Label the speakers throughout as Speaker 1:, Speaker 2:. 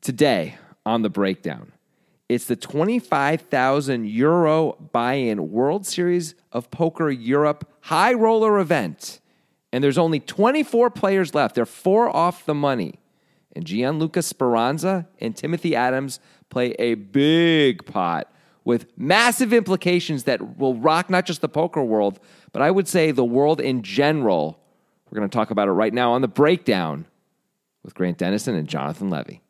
Speaker 1: Today on the breakdown, it's the 25,000 euro buy in World Series of Poker Europe high roller event. And there's only 24 players left. They're four off the money. And Gianluca Speranza and Timothy Adams play a big pot with massive implications that will rock not just the poker world, but I would say the world in general. We're going to talk about it right now on the breakdown with Grant Dennison and Jonathan Levy.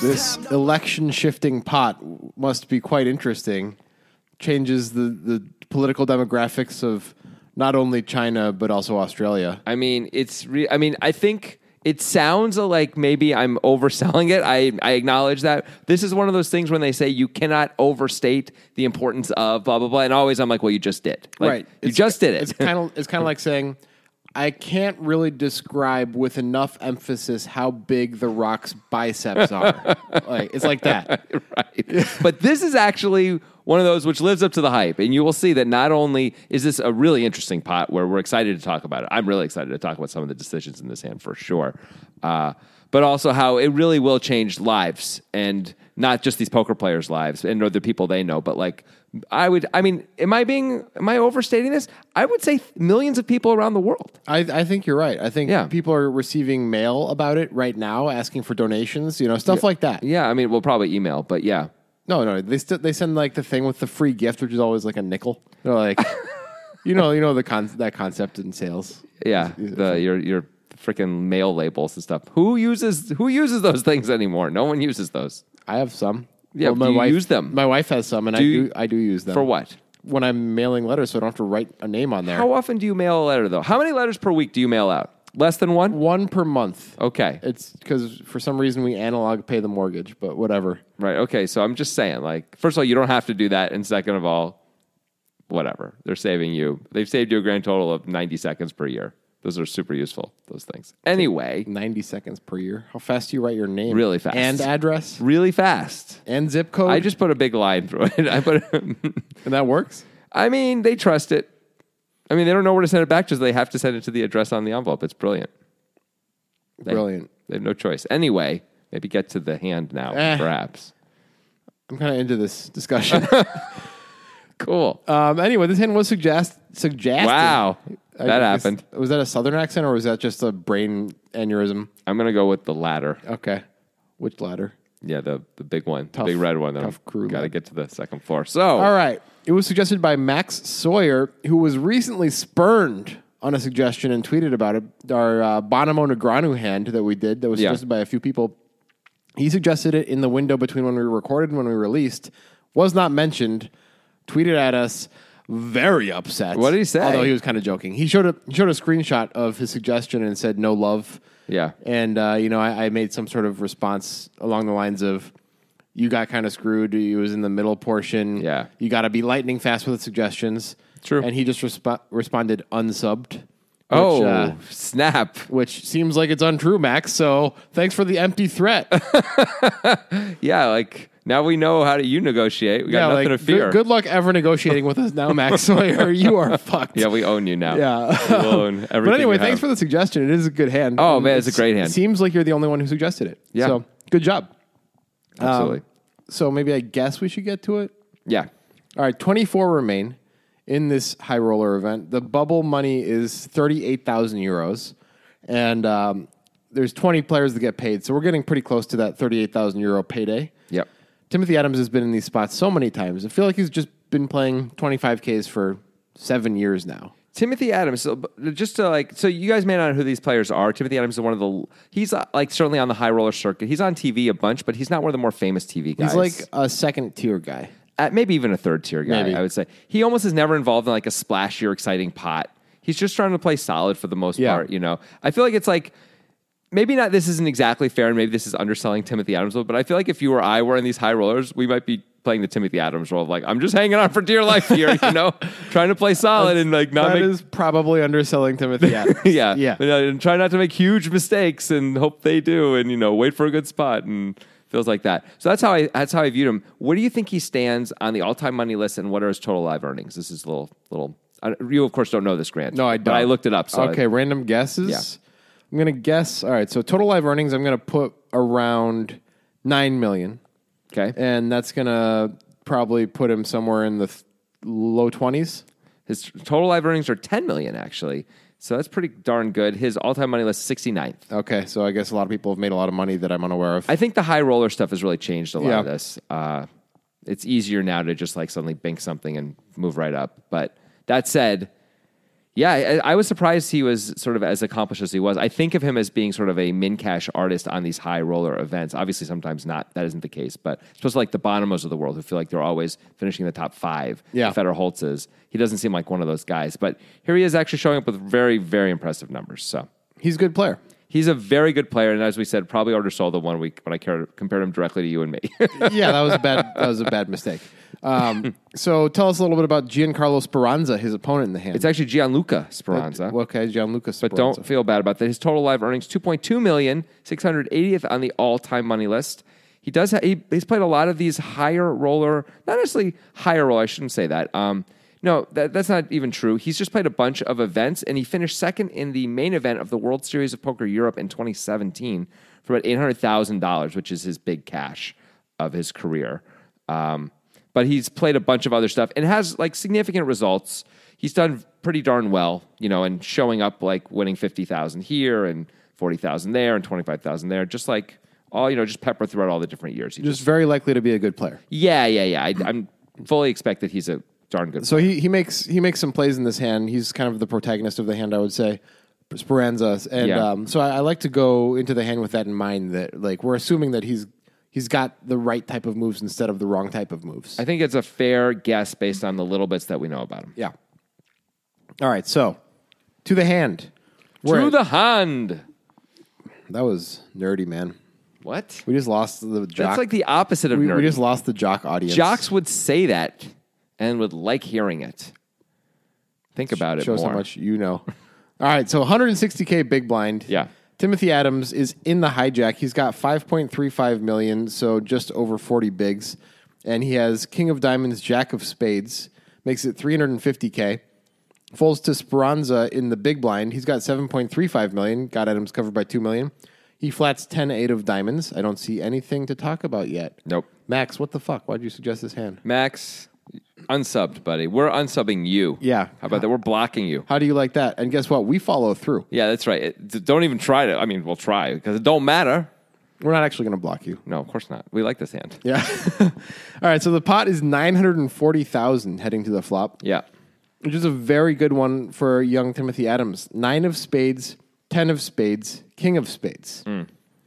Speaker 2: This election shifting pot must be quite interesting. Changes the, the political demographics of not only China but also Australia.
Speaker 1: I mean, it's. Re- I mean, I think it sounds like maybe I'm overselling it. I I acknowledge that this is one of those things when they say you cannot overstate the importance of blah blah blah, and always I'm like, well, you just did, Like,
Speaker 2: right.
Speaker 1: You just did it.
Speaker 2: It's kind of it's kind of like saying I can't really describe with enough emphasis how big the rock's biceps are. like it's like that.
Speaker 1: right. but this is actually one of those which lives up to the hype. And you will see that not only is this a really interesting pot where we're excited to talk about it, I'm really excited to talk about some of the decisions in this hand for sure, uh, but also how it really will change lives and not just these poker players' lives and or the people they know, but like. I would. I mean, am I being? Am I overstating this? I would say millions of people around the world.
Speaker 2: I, I think you're right. I think
Speaker 1: Yeah.
Speaker 2: people are receiving mail about it right now, asking for donations. You know, stuff like that.
Speaker 1: Yeah, I mean, we'll probably email, but yeah,
Speaker 2: No, no, they st- they send like the thing with the free gift, which is always like a nickel. They're like, you know, you know the con- that concept in sales.
Speaker 1: Yeah, the your your freaking mail labels and stuff. Who uses who uses those things anymore? No one uses those
Speaker 2: I have some.
Speaker 1: Yeah,
Speaker 2: my
Speaker 1: do you
Speaker 2: wife,
Speaker 1: use them?
Speaker 2: My wife has some, and I
Speaker 1: you-
Speaker 2: do I do use them
Speaker 1: for what?
Speaker 2: when I'm mailing letters, so I don't have to write a name on there.
Speaker 1: How often do you mail a letter though? How many letters per week do you mail out? Less than one.
Speaker 2: One per month.
Speaker 1: Okay,
Speaker 2: It's because for some reason we analog pay the mortgage, but whatever.
Speaker 1: right. Okay, so I'm just saying, like, first of all, you don't have to do that, and second of all, whatever. They're saving you. They've saved you a grand total of 90 seconds per year. Those are super useful. Those things. Anyway,
Speaker 2: Ninety seconds per year. How fast do you write your name?
Speaker 1: Really fast.
Speaker 2: And address
Speaker 1: really fast.
Speaker 2: and zip code.
Speaker 1: I just put a big line through it. I put.
Speaker 2: and that works.
Speaker 1: I mean, they trust it. I mean, they don't know where to send it back to, so they have to send it to the address on the envelope. It's brilliant. They-
Speaker 2: Brilliant.
Speaker 1: They have no choice. Anyway, maybe get to the hand now,
Speaker 2: Eh.
Speaker 1: perhaps.
Speaker 2: I'm kind of into this discussion.
Speaker 1: Cool.
Speaker 2: um, anyway, this hand was suggest suggested.
Speaker 1: wow.
Speaker 2: I
Speaker 1: that
Speaker 2: guess-
Speaker 1: happened.
Speaker 2: Was that a southern accent or was that just a brain aneurysm?
Speaker 1: I'm going to go with the latter.
Speaker 2: Okay. Which ladder?
Speaker 1: Yeah, the, the big one, the big red one.
Speaker 2: tough crew
Speaker 1: Got to
Speaker 2: lad.
Speaker 1: get to the second floor. So,
Speaker 2: All right. It was suggested by Max Sawyer, who was recently spurned on a suggestion and tweeted about it. Our uh, Bonomo Negranu hand that we did that was
Speaker 1: Yeah.
Speaker 2: suggested by a few people. He suggested it in the window between when we recorded and when we released. Was not mentioned. Tweeted at us. Very upset.
Speaker 1: What did he say?
Speaker 2: Although he was kind of joking. He showed a he showed a screenshot of his suggestion and said no love.
Speaker 1: Yeah.
Speaker 2: And uh, you know, I, I made some sort of response along the lines of, "You got kind of screwed. You was in the middle portion.
Speaker 1: Yeah.
Speaker 2: you got to be lightning fast with suggestions."
Speaker 1: True.
Speaker 2: And he just respo- responded unsubbed. Which,
Speaker 1: oh,
Speaker 2: uh,
Speaker 1: snap.
Speaker 2: which seems like it's untrue, Max. So thanks for the empty threat.
Speaker 1: Yeah, like now we know how to you negotiate. We got nothing to fear.
Speaker 2: Good, good luck ever negotiating with us now, Max Sawyer. You are fucked.
Speaker 1: Yeah, we own you now.
Speaker 2: Yeah.
Speaker 1: we own everything.
Speaker 2: But anyway,
Speaker 1: you
Speaker 2: thanks
Speaker 1: have.
Speaker 2: for the suggestion. It is a good hand.
Speaker 1: Oh,
Speaker 2: And
Speaker 1: man, it's a great hand.
Speaker 2: It seems like you're the only one who suggested it.
Speaker 1: Yeah.
Speaker 2: So good job.
Speaker 1: Absolutely.
Speaker 2: um, So maybe I guess we should get to it.
Speaker 1: yeah.
Speaker 2: All right, 24 remain in this high roller event. The bubble money is 38,000 euros, and um, there's 20 players that get paid. So we're getting pretty close to that 38,000 euro payday.
Speaker 1: Yep.
Speaker 2: Timothy Adams has been in these spots so many times. I feel like he's just been playing 25Ks for seven years now.
Speaker 1: Timothy Adams. So b- just to like, so you guys may not know who these players are. Timothy Adams is one of the. He's uh, like certainly on the high roller circuit. He's on TV a bunch, but he's not one of the more famous TV guys.
Speaker 2: He's like a second tier guy.
Speaker 1: Uh, maybe even a third tier guy.
Speaker 2: Maybe.
Speaker 1: I would say he almost is never involved in like a splashy or exciting pot. He's just trying to play solid for the most
Speaker 2: Yeah.
Speaker 1: part. You know, I feel like it's like. Maybe not. This isn't exactly fair, and maybe this is underselling Timothy Adams a little. But I feel like if you or I were in these high rollers, we might be playing the Timothy Adams role of like I'm just hanging on for dear life here, you know, trying to play solid and like not
Speaker 2: That
Speaker 1: make
Speaker 2: is probably underselling Timothy Adams.
Speaker 1: yeah,
Speaker 2: Yeah.
Speaker 1: And, uh, and try not to make huge mistakes and hope they do, and you know, wait for a good spot and Feels like that. So that's how I that's how I viewed him. Where do you think he stands on the all time money list, and what are his total live earnings? This is a little little. I, you of course don't know this, Grant.
Speaker 2: No, I don't.
Speaker 1: But I looked it up. So
Speaker 2: okay, random guesses.
Speaker 1: Yeah.
Speaker 2: I'm gonna guess. All right, so total live earnings. I'm gonna put around nine million,
Speaker 1: okay.
Speaker 2: and that's gonna probably put him somewhere in the th- low twenties.
Speaker 1: His total live earnings are 10 million actually. So that's pretty darn good. His all-time money list 69th.
Speaker 2: Okay, so I guess a lot of people have made a lot of money that I'm unaware of.
Speaker 1: I think the high roller stuff has really changed a lot of
Speaker 2: Yeah.
Speaker 1: this. Uh, it's easier now to just like suddenly bank something and move right up. But that said, yeah, I, I was surprised he was sort of as accomplished as he was. I think of him as being sort of a min cash artist on these high roller events. Obviously, sometimes not that isn't the case, but especially like the Bonamos of the world who feel like they're always finishing the top five.
Speaker 2: Yeah.
Speaker 1: the Federer Holtz is. He doesn't seem like one of those guys, but here he is actually showing up with very, very impressive numbers. So
Speaker 2: He's a good player.
Speaker 1: He's a very good player, and as we said, probably oversaw the one week when I car- compared him directly to you and me.
Speaker 2: yeah, that was a bad. That was a bad mistake. Um, so tell us a little bit about Giancarlo Speranza, his opponent in the hand.
Speaker 1: it's actually Gianluca Speranza.
Speaker 2: okay, Gianluca Speranza.
Speaker 1: but don't feel bad about that. His total live earnings 2.2 million, 680th on the all-time money list. He does. Ha- he, he's played a lot of these higher roller, not necessarily higher roller. I shouldn't say that. Um, no, that, that's not even true. He's just played a bunch of events, and he finished second in the main event of the World Series of Poker Europe in 2017 for about eight hundred thousand dollars, which is his big cash of his career. Um, but he's played a bunch of other stuff and has like significant results. He's done pretty darn well, you know, and showing up like winning fifty thousand here and forty thousand there and twenty five thousand there, just like all you know, just pepper throughout all the different years. He just,
Speaker 2: Just very likely to be a good player.
Speaker 1: yeah, yeah, yeah. I, I'm fully expect that he's a darn good.
Speaker 2: So he, he makes he makes some plays in this hand. He's kind of the protagonist of the hand, I would say. Speranza, and
Speaker 1: Yeah.
Speaker 2: um, so I, I like to go into the hand with that in mind. That like we're assuming that he's he's got the right type of moves instead of the wrong type of moves.
Speaker 1: I think it's a fair guess based on the little bits that we know about him.
Speaker 2: yeah. All right. So to the hand. We're
Speaker 1: To
Speaker 2: at-
Speaker 1: the hand.
Speaker 2: that was nerdy, man.
Speaker 1: What?
Speaker 2: We just lost the jock.
Speaker 1: That's like the opposite of
Speaker 2: we,
Speaker 1: nerdy.
Speaker 2: we just lost the jock audience.
Speaker 1: Jocks would say that and would like hearing it. Think about it
Speaker 2: shows
Speaker 1: more.
Speaker 2: how much you know. All right, so 160k big blind.
Speaker 1: Yeah.
Speaker 2: Timothy Adams is in the hijack. He's got 5.35 million, so just over 40 bigs, and he has King of Diamonds, Jack of Spades, makes it 350k. Folds to Speranza in the big blind. He's got 7.35 million. Got Adams covered by 2 million. He flats 10 8 of diamonds. I don't see anything to talk about yet.
Speaker 1: Nope.
Speaker 2: Max, what the fuck? Why'd you suggest this hand?
Speaker 1: Max, unsubbed, buddy. We're unsubbing you.
Speaker 2: Yeah.
Speaker 1: How about that? We're blocking you.
Speaker 2: How do you like that? And guess what? We follow through.
Speaker 1: Yeah, that's right. It- d- don't even try to. I mean, we'll try because it don't matter.
Speaker 2: We're not actually going to block you.
Speaker 1: No, of course not. We like this hand.
Speaker 2: Yeah. All right. So the pot is nine hundred and forty thousand heading to the flop,
Speaker 1: Yeah.
Speaker 2: which is a very good one for young Timothy Adams. Nine of spades, ten of spades, king of spades.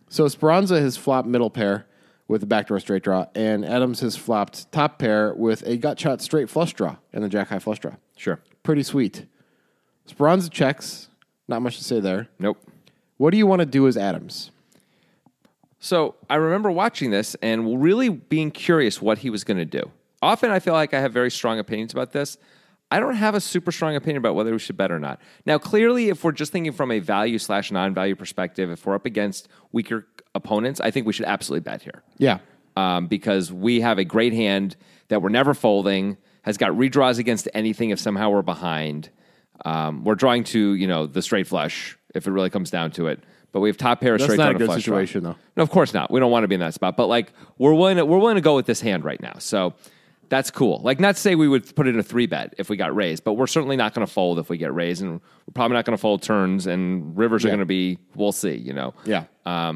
Speaker 2: So Speranza has flopped middle pair with a backdoor straight draw, and Adams has flopped top pair with a gut shot straight flush draw and the jack high flush draw.
Speaker 1: Sure.
Speaker 2: Pretty sweet. Speranza checks. Not much to say there.
Speaker 1: Nope.
Speaker 2: What do you want to do as Adams?
Speaker 1: So I remember watching this and really being curious what he was going to do. Often I feel like I have very strong opinions about this. I don't have a super strong opinion about whether we should bet or not. Now, clearly, if we're just thinking from a value slash non value perspective, if we're up against weaker opponents, I think we should absolutely bet here.
Speaker 2: Yeah.
Speaker 1: um, because we have a great hand that we're never folding. Has got redraws against anything if somehow we're behind. Um, we're drawing to you know the straight flush if it really comes down to it. But we have top pair of straight
Speaker 2: not
Speaker 1: draw
Speaker 2: a
Speaker 1: to
Speaker 2: good
Speaker 1: flush draw.
Speaker 2: situation, though.
Speaker 1: No, of course not. We don't want to be in that spot. But like we're willing to, we're willing to go with this hand right now. So that's cool. Like not to say we would put in a three bet if we got raised, but we're certainly not going to fold if we get raised, and we're probably not going to fold turns. And rivers are
Speaker 2: Yeah.
Speaker 1: going to be we'll see. You know.
Speaker 2: Yeah.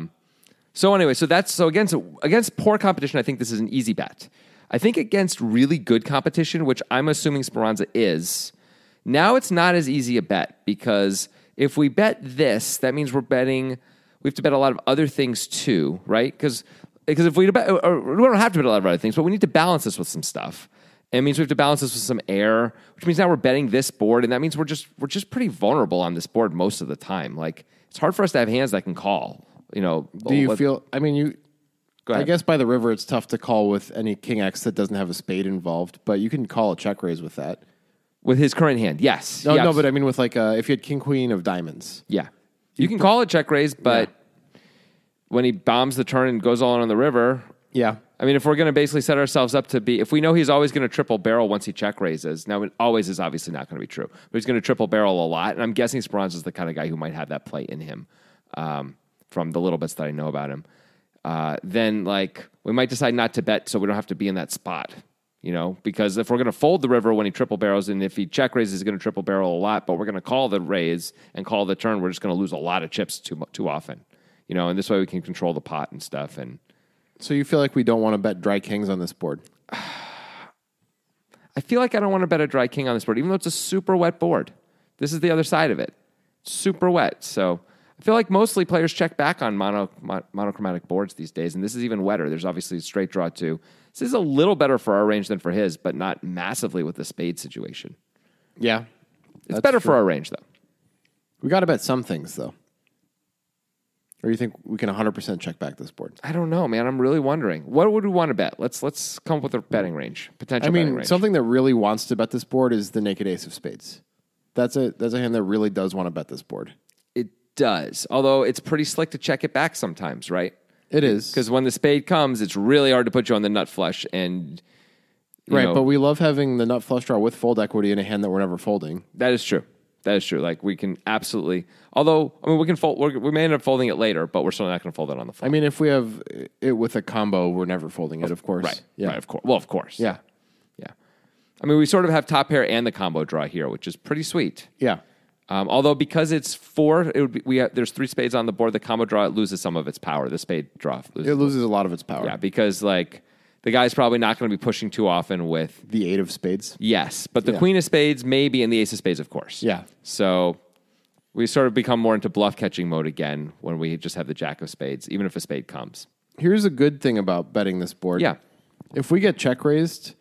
Speaker 1: So anyway, so that's so against against poor competition, I think this is an easy bet. I think against really good competition, which I'm assuming Speranza is, now it's not as easy a bet because if we bet this, that means we're betting we have to bet a lot of other things too, right? Because because if we bet, or- or we don't have to bet a lot of other things, but we need to balance this with some stuff. And it means we have to balance this with some air, which means now we're betting this board, and that means we're just we're just pretty vulnerable on this board most of the time. Like it's hard for us to have hands that can call. You know,
Speaker 2: Do you
Speaker 1: what-
Speaker 2: feel? I mean, you.
Speaker 1: Go ahead.
Speaker 2: I guess by the river, it's tough to call with any king X that doesn't have a spade involved, but you can call a check raise with that.
Speaker 1: With his current hand, yes.
Speaker 2: No,
Speaker 1: Yes.
Speaker 2: no, but I mean with like uh, if you had king queen of diamonds.
Speaker 1: yeah, you can call it check raise, but when he bombs the turn and goes all in on the river.
Speaker 2: Yeah.
Speaker 1: I mean, if we're going to basically set ourselves up to be, if we know he's always going to triple barrel once he check raises, now it always is obviously not going to be true, but he's going to triple barrel a lot. And I'm guessing Speranza is the kind of guy who might have that play in him um, from the little bits that I know about him. Uh, then, like, we might decide not to bet so we don't have to be in that spot, you know, because if we're going to fold the river when he triple barrels and if he check raises, he's going to triple barrel a lot, but we're going to call the raise and call the turn, we're just going to lose a lot of chips too, mu- too often, you know, and this way we can control the pot and stuff. And,
Speaker 2: So you feel like we don't want to bet dry kings on this board?
Speaker 1: I feel like I don't want to bet a dry king on this board, even though it's a super wet board. This is the other side of it. It's super wet. So I feel like mostly players check back on mono, mo- monochromatic boards these days, and this is even wetter. There's obviously a straight draw, too. This is a little better for our range than for his, but not massively with the spade situation.
Speaker 2: Yeah.
Speaker 1: It's better for our range, though.
Speaker 2: We got to bet some things though. Or you think we can 100% check back this board?
Speaker 1: I don't know, man. I'm really wondering. What would we want to bet? Let's let's come up with a betting range, potential
Speaker 2: I
Speaker 1: betting
Speaker 2: mean,
Speaker 1: range.
Speaker 2: something that really wants to bet this board is the naked ace of spades. That's a that's a hand that really does want to bet this board.
Speaker 1: it does, although it's pretty slick to check it back sometimes, right?
Speaker 2: It is
Speaker 1: Because when the spade comes, it's really hard to put you on the nut flush. And you
Speaker 2: right,
Speaker 1: know,
Speaker 2: but we love having the nut flush draw with fold equity in a hand that we're never folding.
Speaker 1: that is true. That is true. Like we can absolutely. Although I mean, we can fold. We're, we may end up folding it later, but we're still not going to fold it on the fly.
Speaker 2: I mean, if we have it with a combo, we're never folding it, of course.
Speaker 1: Right.
Speaker 2: Yeah.
Speaker 1: Right. Of course. Well, of course.
Speaker 2: Yeah.
Speaker 1: Yeah. I mean, we sort of have top pair and the combo draw here, which is pretty sweet.
Speaker 2: Yeah.
Speaker 1: Um, although because it's four, it would be, we have, there's three spades on the board. The combo draw it loses some of its power. The spade draw loses.
Speaker 2: It loses a lot of its power.
Speaker 1: yeah, because like the guy's probably not going to be pushing too often with
Speaker 2: The eight of spades.
Speaker 1: Yes, but the
Speaker 2: Yeah.
Speaker 1: queen of spades maybe and the ace of spades, of course.
Speaker 2: Yeah.
Speaker 1: So we sort of become more into bluff catching mode again when we just have the jack of spades, even if a spade comes.
Speaker 2: Here's a good thing about betting this board.
Speaker 1: Yeah.
Speaker 2: If we get check raised,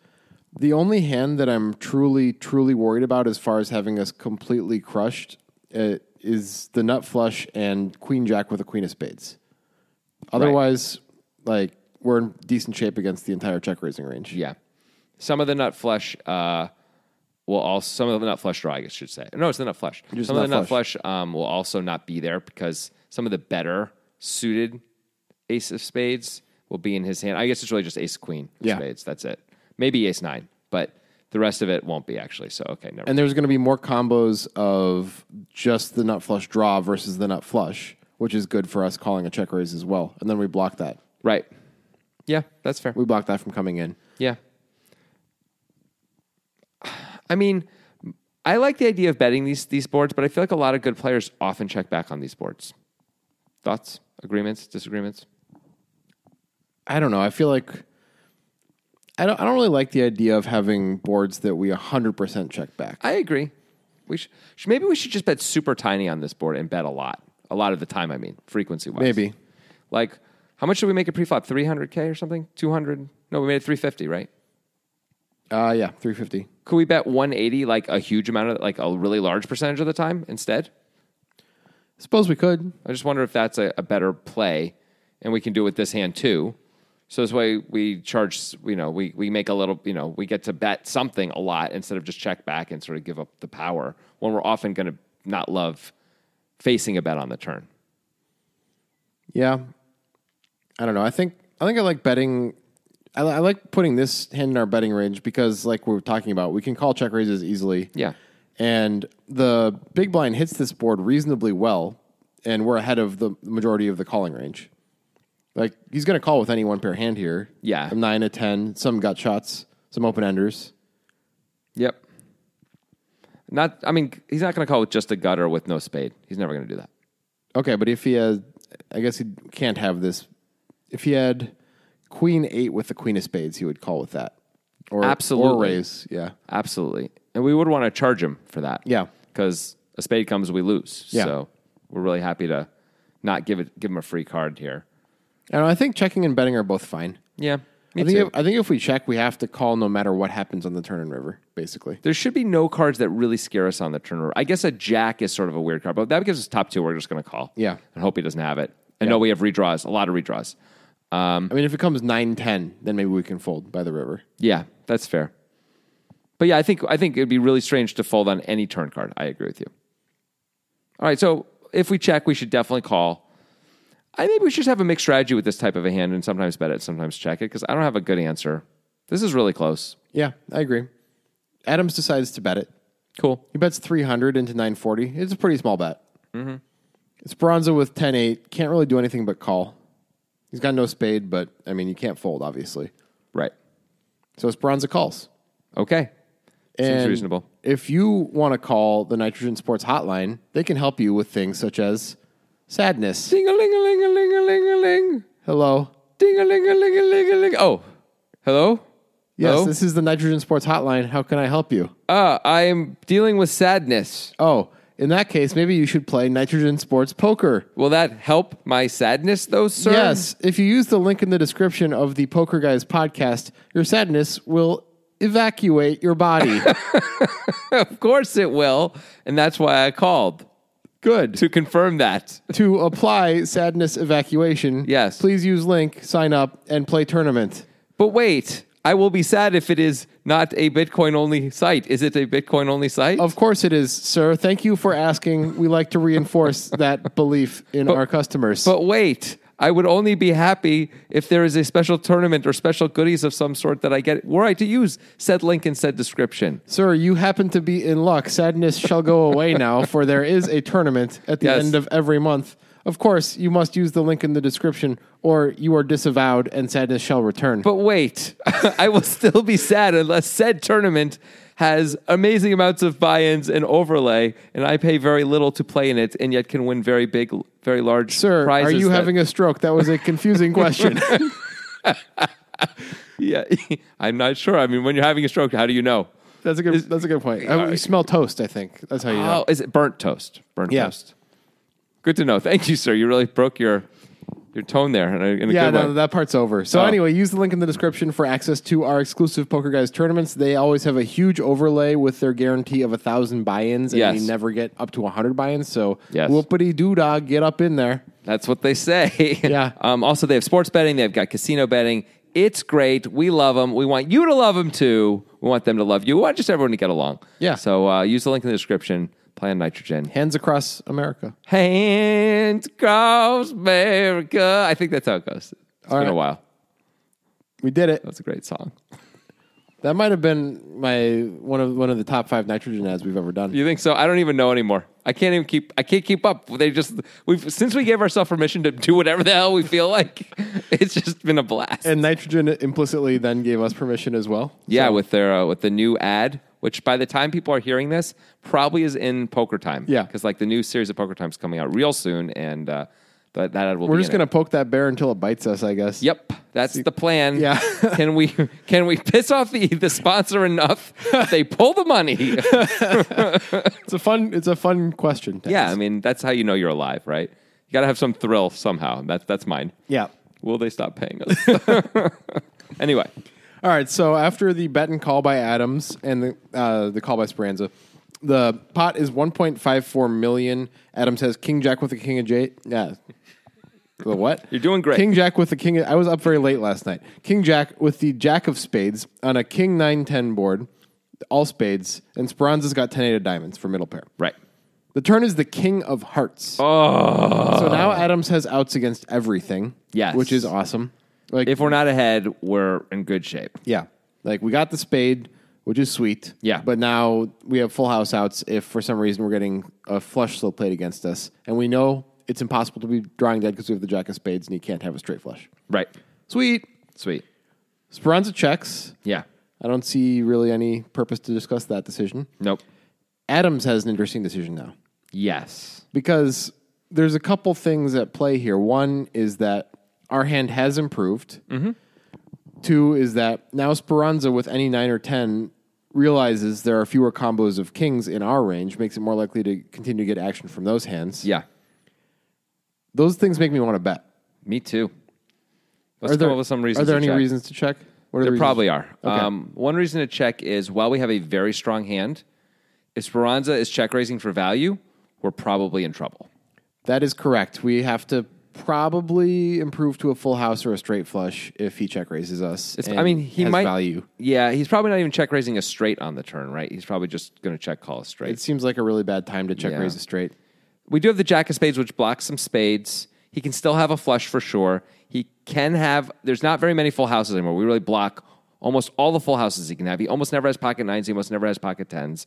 Speaker 2: the only hand that I'm truly, truly worried about as far as having us completely crushed uh, is the nut flush and queen jack with a queen of spades. Otherwise, like, we're in decent shape against the entire check raising range.
Speaker 1: Yeah. Some of the nut flush uh, will also some of the nut flush draw, I guess I should say. No, it's the nut flush.
Speaker 2: Just
Speaker 1: some of the
Speaker 2: nut
Speaker 1: nut flush um, will also not be there because some of the better suited ace of spades will be in his hand. I guess it's really just ace queen of
Speaker 2: Yeah.
Speaker 1: spades. That's it. Maybe ace nine, but the rest of it won't be actually. So okay, never
Speaker 2: And there's going to be more combos of just the nut flush draw versus the nut flush, which is good for us calling a check raise as well. And then we block that.
Speaker 1: Right. Yeah, that's fair.
Speaker 2: We block that from coming in.
Speaker 1: Yeah. I mean, I like the idea of betting these these boards, but I feel like a lot of good players often check back on these boards. Thoughts, agreements, disagreements?
Speaker 2: I don't know. I feel like I don't. I don't really like the idea of having boards that we hundred percent check back.
Speaker 1: I agree. We sh- sh- maybe we should just bet super tiny on this board and bet a lot. A lot of the time, I mean, frequency wise.
Speaker 2: Maybe.
Speaker 1: Like, how much did we make it pre-flop? 300K or something? 200? No, we made it 350, right?
Speaker 2: Uh yeah, three fifty.
Speaker 1: Could we bet 180 like a huge amount of, like a really large percentage of the time instead?
Speaker 2: Suppose we could.
Speaker 1: I just wonder if that's a, a better play, and we can do it with this hand too. So this way we charge, you know, we, we make a little, you know, we get to bet something a lot instead of just check back and sort of give up the power when we're often going to not love facing a bet on the turn.
Speaker 2: Yeah. I don't know. I think I think I like betting. I, li- I like putting this hand in our betting range because, like we were talking about, we can call check raises easily.
Speaker 1: Yeah.
Speaker 2: And the big blind hits this board reasonably well, and we're ahead of the majority of the calling range. Like he's going to call with any one pair hand here.
Speaker 1: Yeah.
Speaker 2: a nine, a ten, some gut shots, some open enders.
Speaker 1: Yep. Not, I mean, he's not going to call with just a gutter with no spade. He's never going to do that.
Speaker 2: Okay, but if he has, I guess he can't have this. If he had queen eight with the queen of spades, he would call with that. Or,
Speaker 1: Absolutely.
Speaker 2: Or raise, yeah.
Speaker 1: Absolutely. And we would want to charge him for that.
Speaker 2: Yeah.
Speaker 1: Because a spade comes, we lose.
Speaker 2: Yeah.
Speaker 1: So we're really happy to not give it give him a free card here.
Speaker 2: And I think checking and betting are both fine.
Speaker 1: Yeah. Me
Speaker 2: I think,
Speaker 1: too.
Speaker 2: If, I think if we check, we have to call no matter what happens on the turn and river, basically.
Speaker 1: there should be no cards that really scare us on the turn. I guess a jack is sort of a weird card, but that gives us top two. We're just going to call.
Speaker 2: Yeah.
Speaker 1: And hope he doesn't have it. And no, we have redraws, a lot of redraws. Mm.
Speaker 2: I mean, if it comes nine ten, then maybe we can fold by the river.
Speaker 1: Yeah, that's fair. But yeah, I think I think it'd be really strange to fold on any turn card. I agree with you. All right, so if we check, we should definitely call. I maybe we should just have a mixed strategy with this type of a hand and sometimes bet it, sometimes check it because I don't have a good answer. This is really close.
Speaker 2: Yeah, I agree. Adams decides to bet it.
Speaker 1: Cool.
Speaker 2: He bets 300 into 940. It's a pretty small bet. Mm-hmm. It's Bronzo with 10 8. Can't really do anything but call. He's got no spade, but I mean, you can't fold, obviously.
Speaker 1: Right.
Speaker 2: So it's Bronzo calls.
Speaker 1: Okay. Seems
Speaker 2: And
Speaker 1: reasonable.
Speaker 2: If you want to call the Nitrogen Sports Hotline, they can help you with things such as sadness.
Speaker 1: Ding a ling a ling a ling a ling a ling.
Speaker 2: Hello.
Speaker 1: Ding a ling a ling a ling a ling. Oh, hello?
Speaker 2: Yes,
Speaker 1: Hello?
Speaker 2: this is the Nitrogen Sports Hotline. How can I help you?
Speaker 1: Uh, I am dealing with sadness.
Speaker 2: Oh, in that case, maybe you should play Nitrogen Sports Poker.
Speaker 1: Will that help my sadness, though, sir?
Speaker 2: Yes, if you use the link in the description of the Poker Guys podcast, your sadness will evacuate your body.
Speaker 1: Of course it will. And that's why I called
Speaker 2: Good.
Speaker 1: to confirm that.
Speaker 2: To apply sadness evacuation,
Speaker 1: Yes.
Speaker 2: please use link, sign up, and play tournament.
Speaker 1: But wait, I will be sad if it is not a Bitcoin only site. Is it a Bitcoin only site?
Speaker 2: Of course it is, sir. Thank you for asking. We like to reinforce that belief in our customers.
Speaker 1: But wait, I would only be happy if there is a special tournament or special goodies of some sort that I get. Were I to use said link and said description.
Speaker 2: Sir, you happen to be in luck. Sadness shall go away now, for there is a tournament at the
Speaker 1: Yes.
Speaker 2: end of every month. Of course, you must use the link in the description, or you are disavowed and sadness shall return.
Speaker 1: But wait, I will still be sad unless said tournament has amazing amounts of buy-ins and overlay, and I pay very little to play in it, and yet can win very big, very large
Speaker 2: Sir,
Speaker 1: prizes.
Speaker 2: are you
Speaker 1: that-
Speaker 2: having a stroke? That was a confusing question.
Speaker 1: Yeah, I'm not sure. I mean, when you're having a stroke, how do you know?
Speaker 2: that's a good. That's a good point. Uh, you smell toast, I think. That's how you know.
Speaker 1: Oh, is it burnt toast? Burnt
Speaker 2: Yeah.
Speaker 1: toast. Good to know. Thank you, sir. You really broke your your tone there in a, in a
Speaker 2: Yeah,
Speaker 1: good
Speaker 2: no,
Speaker 1: way.
Speaker 2: that part's over. So
Speaker 1: Oh.
Speaker 2: anyway, use the link in the description for access to our exclusive Poker Guys tournaments. They always have a huge overlay with their guarantee of a thousand buy-ins, and
Speaker 1: Yes.
Speaker 2: they never get up to hundred buy-ins. So
Speaker 1: Yes.
Speaker 2: whoopity doo dog, get up in there.
Speaker 1: That's what they say.
Speaker 2: Yeah.
Speaker 1: Um, also, they have sports betting. They've got casino betting. It's great. We love them. We want you to love them too. We want them to love you. We want just everyone to get along.
Speaker 2: Yeah.
Speaker 1: So uh, use the link in the description. Play on nitrogen.
Speaker 2: Hands across America.
Speaker 1: Hand across America. I think that's how it goes. It's
Speaker 2: All
Speaker 1: been a
Speaker 2: right.
Speaker 1: while.
Speaker 2: We did it.
Speaker 1: That's a great song.
Speaker 2: That might have been my one of one of the top five nitrogen ads we've ever done.
Speaker 1: You think so? I don't even know anymore. I can't even keep. I can't keep up. They just we've since we gave ourselves permission to do whatever the hell we feel like. It's just been a blast.
Speaker 2: And nitrogen implicitly then gave us permission as well.
Speaker 1: Yeah, with their uh, with the new ad, which by the time people are hearing this, probably is in Poker Time.
Speaker 2: Yeah.
Speaker 1: because like the new series of Poker Time's coming out real soon, and uh, that that ad will.
Speaker 2: We're
Speaker 1: be
Speaker 2: just
Speaker 1: in
Speaker 2: gonna
Speaker 1: It.
Speaker 2: poke that bear until it bites us, I guess.
Speaker 1: Yep, that's the plan.
Speaker 2: Yeah.
Speaker 1: can we can we piss off the the sponsor enough? that they pull the money.
Speaker 2: It's a fun it's a fun question. to
Speaker 1: yeah,
Speaker 2: ask.
Speaker 1: I mean that's how you know you're alive, right? You got to have some thrill somehow. That's that's mine.
Speaker 2: Yeah.
Speaker 1: Will they stop paying us? anyway,
Speaker 2: All right. So after the bet and call by Adams and the uh, the call by Speranza, the pot is 1.54 million. Adams has King Jack with the King of J. Yeah. The what?
Speaker 1: You're doing great.
Speaker 2: King Jack with the King. Of, I was up very late last night. King Jack with the Jack of Spades on a King nine ten board, all spades, and Speranza's got ten eight of diamonds for middle pair.
Speaker 1: right.
Speaker 2: The turn is the King of Hearts. Oh. So now Adams has outs against everything.
Speaker 1: Ah. Yes.
Speaker 2: Which is awesome. Like
Speaker 1: If we're not ahead, we're in good shape.
Speaker 2: yeah. Like we got the spade, which is sweet.
Speaker 1: Yeah.
Speaker 2: But now we have full house outs if for some reason we're getting a flush slow played against us. And we know it's impossible to be drawing dead because we have the jack of spades and he can't have a straight flush.
Speaker 1: Right.
Speaker 2: Sweet.
Speaker 1: Sweet.
Speaker 2: Speranza checks.
Speaker 1: Yeah.
Speaker 2: I don't see really any purpose to discuss that decision.
Speaker 1: Nope.
Speaker 2: Adams has an interesting decision now
Speaker 1: Yes.
Speaker 2: because there's a couple things at play here. One is that our hand has improved.
Speaker 1: Mm-hmm.
Speaker 2: Two is that now Speranza with any nine or ten realizes there are fewer combos of kings in our range, makes it more likely to continue to get action from those hands.
Speaker 1: Yeah.
Speaker 2: Those things make me want to bet.
Speaker 1: Me too. Let's come up with some reasons.
Speaker 2: Are there
Speaker 1: to
Speaker 2: any
Speaker 1: check.
Speaker 2: reasons to check? What are the
Speaker 1: There
Speaker 2: reasons?
Speaker 1: probably are.
Speaker 2: Okay.
Speaker 1: Um, one reason to check is while we have a very strong hand, if Speranza is check raising for value, we're probably in trouble.
Speaker 2: That is correct. We have to probably improve to a full house or a straight flush if he check raises us.
Speaker 1: It's, I
Speaker 2: and
Speaker 1: mean, he
Speaker 2: has
Speaker 1: might
Speaker 2: value.
Speaker 1: Yeah, he's probably not even check raising a straight on the turn, right? He's probably just going to check call a straight.
Speaker 2: It seems like a really bad time to check
Speaker 1: Yeah.
Speaker 2: raise a straight.
Speaker 1: we do have the jack of spades, which blocks some spades. He can still have a flush for sure. He can have, there's not very many full houses anymore. We really block almost all the full houses he can have. He almost never has pocket nines. He almost never has pocket tens.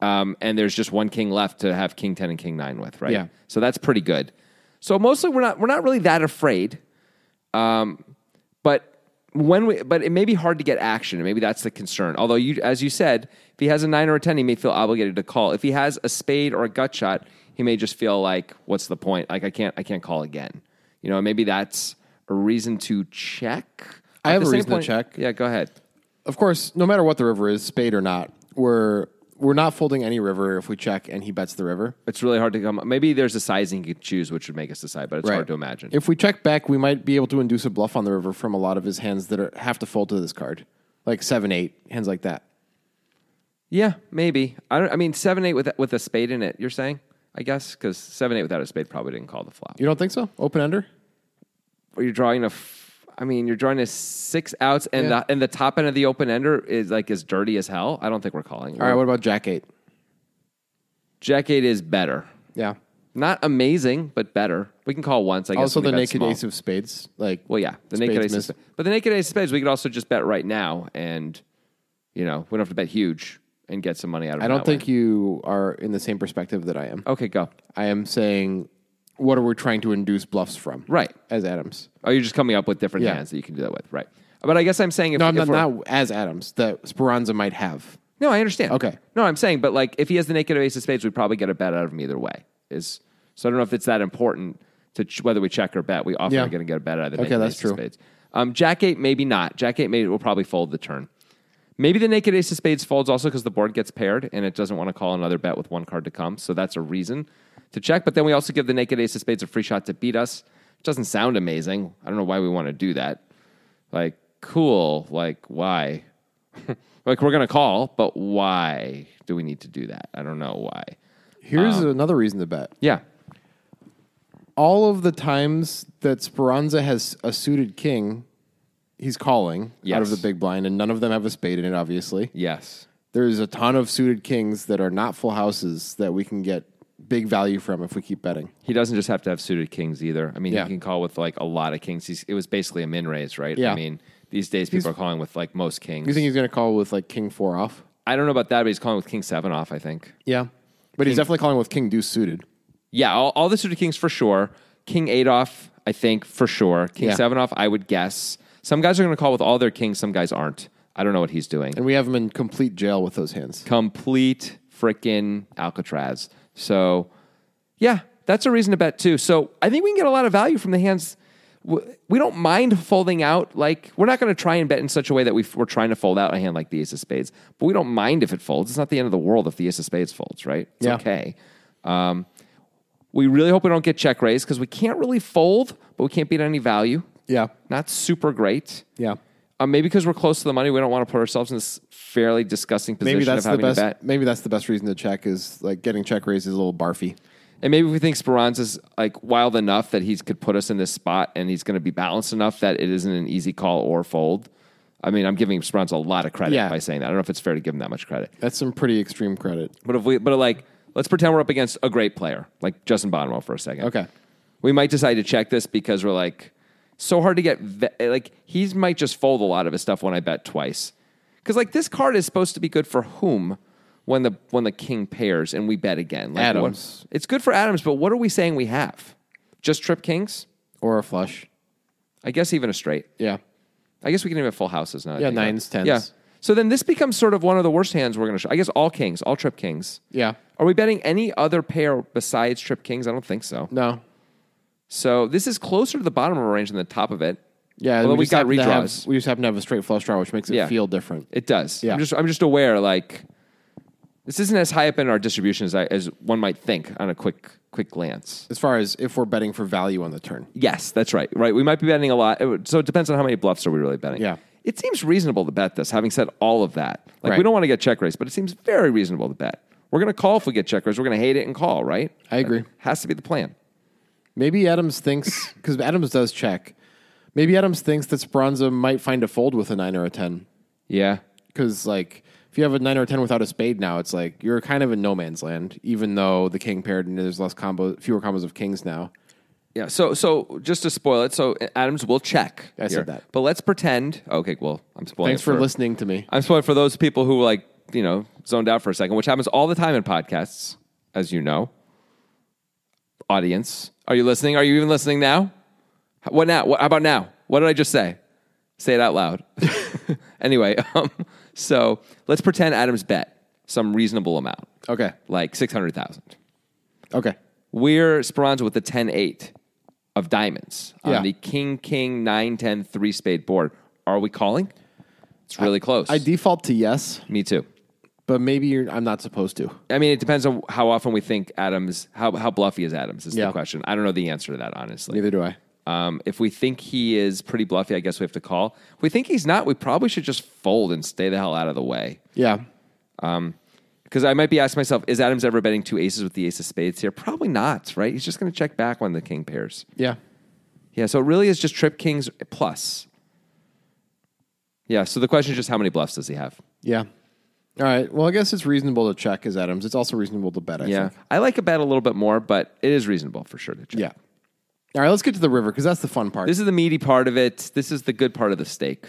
Speaker 1: Um, and there's just one king left to have king 10 and king 9 with, right?
Speaker 2: Yeah.
Speaker 1: So that's pretty good. So mostly we're not, we're not really that afraid. But when we, but it may be hard to get action. and Maybe that's the concern. Although you, as you said, if he has a nine or a ten, he may feel obligated to call. If he has a spade or a gut shot, he may just feel like, "What's the point? Like I can't, I can't call again." You know, maybe that's a reason to check.
Speaker 2: I have
Speaker 1: At the
Speaker 2: a
Speaker 1: same
Speaker 2: reason to check.
Speaker 1: Yeah, go ahead.
Speaker 2: of course, no matter what the river is, spade or not, we're we're not folding any river if we check and he bets the river.
Speaker 1: It's really hard to come. Maybe there's a sizing you could choose, which would make us decide, but it's hard to imagine.
Speaker 2: If we check back, we might be able to induce a bluff on the river from a lot of his hands that are, have to fold to this card, like seven, eight hands like that.
Speaker 1: yeah, maybe. I don't. I mean, seven eight with with a spade in it. You're saying, I guess, because seven eight without a spade probably didn't call the flop.
Speaker 2: You don't think so? Open ender.
Speaker 1: or you're drawing a f- I mean, you're drawing a six outs, and
Speaker 2: Yeah.
Speaker 1: the and the top end of the open ender is like as dirty as hell. I don't think we're calling. it.
Speaker 2: All right. What about jack eight?
Speaker 1: Jack eight is better,
Speaker 2: Yeah.
Speaker 1: not amazing, but better. We can call once. I guess
Speaker 2: Also,
Speaker 1: when
Speaker 2: the
Speaker 1: we bet
Speaker 2: naked
Speaker 1: small.
Speaker 2: ace of spades. Like,
Speaker 1: Well, yeah, the
Speaker 2: Spades
Speaker 1: naked ace, of
Speaker 2: miss.
Speaker 1: spades. but the naked ace of spades, we could also just bet right now, and you know, we don't have to bet huge and get some money out of. it
Speaker 2: I don't
Speaker 1: that Oh. way.
Speaker 2: think you are in the same perspective that I am.
Speaker 1: Okay, go.
Speaker 2: I am saying, what are we trying to induce bluffs from?
Speaker 1: Right.
Speaker 2: As Adams.
Speaker 1: Oh, you're just coming up with different
Speaker 2: Yeah.
Speaker 1: hands that you can do that with, right? But I guess I'm saying if
Speaker 2: No, I'm
Speaker 1: if
Speaker 2: not,
Speaker 1: we're-
Speaker 2: not as Adams that Speranza might have.
Speaker 1: No, I understand.
Speaker 2: Okay.
Speaker 1: No, I'm saying, but like if he has the naked ace of spades, we'd probably get a bet out of him either way. Is so I don't know if it's that important to ch- whether we check or bet. We often
Speaker 2: Yeah.
Speaker 1: are going to get a bet out of the
Speaker 2: Okay,
Speaker 1: naked
Speaker 2: that's
Speaker 1: ace
Speaker 2: true.
Speaker 1: of spades. Um, Jack eight, maybe not. Jack eight, maybe will probably fold the turn. Maybe the naked ace of spades folds also because the board gets paired and it doesn't want to call another bet with one card to come. So that's a reason to check. But then we also give the naked ace of spades a free shot to beat us. It doesn't sound amazing. I don't know why we want to do that. Like, cool. Like, why? like, we're going to call, but why do we need to do that? I don't know why.
Speaker 2: Here's another reason to bet.
Speaker 1: Yeah.
Speaker 2: all of the times that Speranza has a suited king, he's calling out of
Speaker 1: Yes.
Speaker 2: the big blind, and none of them have a spade in it, obviously.
Speaker 1: Yes.
Speaker 2: There's a ton of suited kings that are not full houses that we can get big value from if we keep betting.
Speaker 1: He doesn't just have to have suited kings either. I mean,
Speaker 2: Yeah.
Speaker 1: he can call with like a lot of kings. He's, it was basically a min raise, right?
Speaker 2: Yeah.
Speaker 1: I mean, these days people are calling with like most kings.
Speaker 2: You think he's going to call with like king four off?
Speaker 1: I don't know about that, but he's calling with king seven off, I think.
Speaker 2: Yeah. But he's definitely calling with king deuce suited.
Speaker 1: Yeah, all, all the suited kings for sure. King eight off, I think, for sure. King
Speaker 2: Yeah.
Speaker 1: seven off, I would guess. Some guys are going to call with all their kings, some guys aren't. I don't know what he's doing.
Speaker 2: And we have him in complete jail with those hands.
Speaker 1: Complete freaking Alcatraz. So, yeah, that's a reason to bet too. So, I think we can get a lot of value from the hands. W- We don't mind folding out. Like, we're not going to try and bet in such a way that we f- we're trying to fold out a hand like the ace of spades, but we don't mind if it folds. It's not the end of the world if the ace of spades folds, right? It's
Speaker 2: Yeah.
Speaker 1: okay. Um, we really hope we don't get check raised because we can't really fold, but we can't beat any value.
Speaker 2: Yeah.
Speaker 1: Not super great.
Speaker 2: Yeah.
Speaker 1: Uh, maybe because we're close to the money, we don't want to put ourselves in this fairly disgusting position
Speaker 2: Maybe that's
Speaker 1: of
Speaker 2: the
Speaker 1: having to bet.
Speaker 2: best. Maybe that's the best reason to check is like getting check raised is a little barfy.
Speaker 1: And maybe we think Speranza's like wild enough that he could put us in this spot and he's going to be balanced enough that it isn't an easy call or fold. I mean, I'm giving Speranza a lot of credit
Speaker 2: Yeah.
Speaker 1: by saying that. I don't know if it's fair to give him that much credit.
Speaker 2: That's some pretty extreme credit.
Speaker 1: But if we, but like, let's pretend we're up against a great player, like Justin Bonwell for a second.
Speaker 2: Okay.
Speaker 1: We might decide to check this because we're like, so hard to get, ve- like, he might just fold a lot of his stuff when I bet twice. Because, like, this card is supposed to be good for whom when the when the king pairs and we bet again? Like, what-
Speaker 2: Adams.
Speaker 1: it's good for Adams, but what are we saying we have? Just trip kings?
Speaker 2: Or a flush.
Speaker 1: I guess even a straight.
Speaker 2: Yeah.
Speaker 1: I guess we can even have full houses now. that I
Speaker 2: Yeah,
Speaker 1: think about it.
Speaker 2: nines, tens.
Speaker 1: Yeah. So then this becomes sort of one of the worst hands we're going to show. I guess all kings, all trip kings.
Speaker 2: Yeah.
Speaker 1: Are we betting any other pair besides trip kings? I don't think so.
Speaker 2: No.
Speaker 1: So this is closer to the bottom of our range than the top of it.
Speaker 2: Yeah,
Speaker 1: Although we,
Speaker 2: just
Speaker 1: got
Speaker 2: happen to have-
Speaker 1: redraws.
Speaker 2: we just happen to have a straight flush draw, which makes it
Speaker 1: Yeah.
Speaker 2: feel different.
Speaker 1: It does.
Speaker 2: Yeah.
Speaker 1: I'm just I'm just aware like this isn't as high up in our distribution as I, as one might think on a quick quick glance.
Speaker 2: As far as if we're betting for value on the turn,
Speaker 1: Yes, that's right. Right, we might be betting a lot. It would- So it depends on how many bluffs are we really betting.
Speaker 2: Yeah.
Speaker 1: It seems reasonable to bet this. Having said all of that, like
Speaker 2: Right.
Speaker 1: we don't want to get check raised, but it seems very reasonable to bet. We're going to call if we get check raised. We're going to hate it and call. Right.
Speaker 2: I agree.
Speaker 1: That has to be the plan.
Speaker 2: maybe Adams thinks because Adams does check. Maybe Adams thinks that Speranza might find a fold with a nine or a ten
Speaker 1: Yeah.
Speaker 2: because like if you have a nine or a ten without a spade now, it's like you're kind of in no man's land. Even though the king paired and there's less combo, fewer combos of kings now,
Speaker 1: Yeah. So so just to spoil it, so Adams will check.
Speaker 2: I said that.
Speaker 1: But let's pretend. Okay. Well, I'm spoiling.
Speaker 2: Thanks
Speaker 1: it
Speaker 2: for listening to me.
Speaker 1: I'm spoiling for those people who like you know zoned out for a second, which happens all the time in podcasts, as you know. Audience, are you listening? Are you even listening now? What now? What, how about now? What did I just say? Say it out loud. anyway, um, so let's pretend Adams bet some reasonable amount,
Speaker 2: Okay.
Speaker 1: like six hundred thousand
Speaker 2: Okay.
Speaker 1: we're Speranza with the 10 8 of diamonds on
Speaker 2: Yeah.
Speaker 1: the king, king, 9 10, 3 spade board. Are we calling? It's really close.
Speaker 2: I default to yes,
Speaker 1: Me too.
Speaker 2: but maybe you're, I'm not supposed to.
Speaker 1: I mean, it depends on how often we think Adams, how, how bluffy is Adams, is
Speaker 2: Yeah.
Speaker 1: the question. I don't know the answer to that, honestly.
Speaker 2: Neither do I.
Speaker 1: Um, if we think he is pretty bluffy, I guess we have to call. If we think he's not, we probably should just fold and stay the hell out of the way.
Speaker 2: Yeah.
Speaker 1: Because I might be asking myself, is Adams ever betting two aces with the ace of spades here? Probably not, right? He's just going to check back when the king pairs.
Speaker 2: Yeah.
Speaker 1: Yeah, so it really is just trip kings plus. Yeah, so the question is just how many bluffs does he have?
Speaker 2: Yeah. All right. Well, I guess it's reasonable to check as Adams. It's also reasonable to bet. I
Speaker 1: Yeah.
Speaker 2: Think.
Speaker 1: I like a bet a little bit more, but it is reasonable for sure to check.
Speaker 2: Yeah. All right. Let's get to the river because that's the fun part.
Speaker 1: This is the meaty part of it. This is the good part of the steak.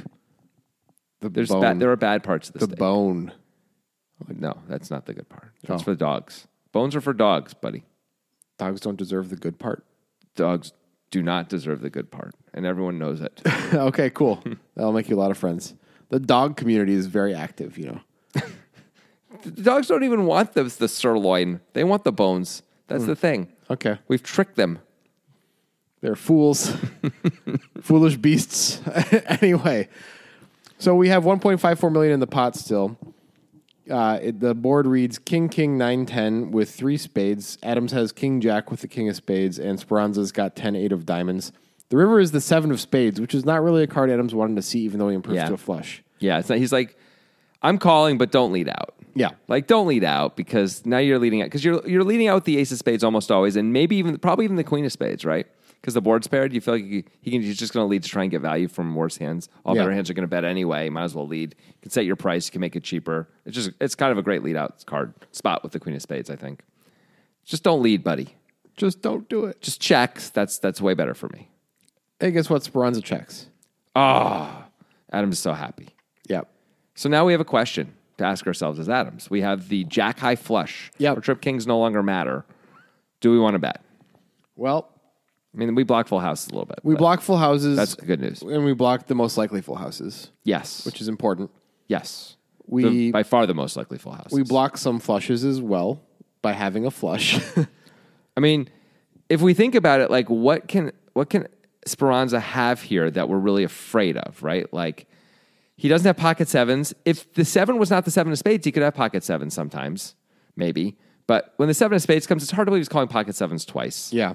Speaker 2: the
Speaker 1: There's
Speaker 2: bone.
Speaker 1: bad, there are bad parts of the,
Speaker 2: the
Speaker 1: steak.
Speaker 2: bone.
Speaker 1: no, that's not the good part. That's
Speaker 2: Oh.
Speaker 1: for dogs. Bones are for dogs, buddy.
Speaker 2: Dogs don't deserve the good part.
Speaker 1: Dogs do not deserve the good part, and everyone knows it.
Speaker 2: okay. Cool. That'll make you a lot of friends. The dog community is very active. You know.
Speaker 1: the dogs don't even want the, the sirloin. They want the bones. That's
Speaker 2: Hmm.
Speaker 1: the thing.
Speaker 2: Okay.
Speaker 1: We've tricked them.
Speaker 2: They're fools, foolish beasts. anyway, so we have 1.54 million in the pot still. Uh, it, the board reads King King nine ten with three spades. Adams has King Jack with the King of Spades, and Speranza's got 10 8 of diamonds. The river is the seven of spades, which is not really a card Adams wanted to see, even though he improves
Speaker 1: Yeah.
Speaker 2: to a flush.
Speaker 1: Yeah, it's not, he's like, I'm calling, but don't lead out.
Speaker 2: Yeah.
Speaker 1: like don't lead out because now you're leading out because you're you're leading out with the ace of spades almost always, and maybe even probably even the queen of spades, right? Because the board's paired, you feel like he, he can, he's just going to lead to try and get value from worse hands. All
Speaker 2: Yeah.
Speaker 1: better hands are going to bet anyway. Might as well lead. You can set your price. You can make it cheaper. It's just it's kind of a great lead out card spot with the queen of spades. I think. Just don't lead, buddy.
Speaker 2: Just don't do it.
Speaker 1: Just checks. That's that's way better for me.
Speaker 2: Hey, guess what? Speranza checks.
Speaker 1: Adam's so happy.
Speaker 2: Yeah.
Speaker 1: So now we have a question to ask ourselves as Adams. We have the jack high flush.
Speaker 2: Yep.
Speaker 1: Where trip kings no longer matter. Do we want to bet?
Speaker 2: Well,
Speaker 1: I mean, we block full houses a little bit.
Speaker 2: we
Speaker 1: but
Speaker 2: block full houses.
Speaker 1: That's good news.
Speaker 2: And we block the most likely full houses,
Speaker 1: Yes.
Speaker 2: which is important.
Speaker 1: yes.
Speaker 2: We-
Speaker 1: The- by far the most likely full houses.
Speaker 2: We block some flushes as well by having a flush.
Speaker 1: I mean, if we think about it, like what can what can Speranza have here that we're really afraid of, right? Like he doesn't have pocket sevens. If the seven was not the seven of spades, he could have pocket sevens sometimes, maybe. But when the seven of spades comes, it's hard to believe he's calling pocket sevens twice.
Speaker 2: yeah.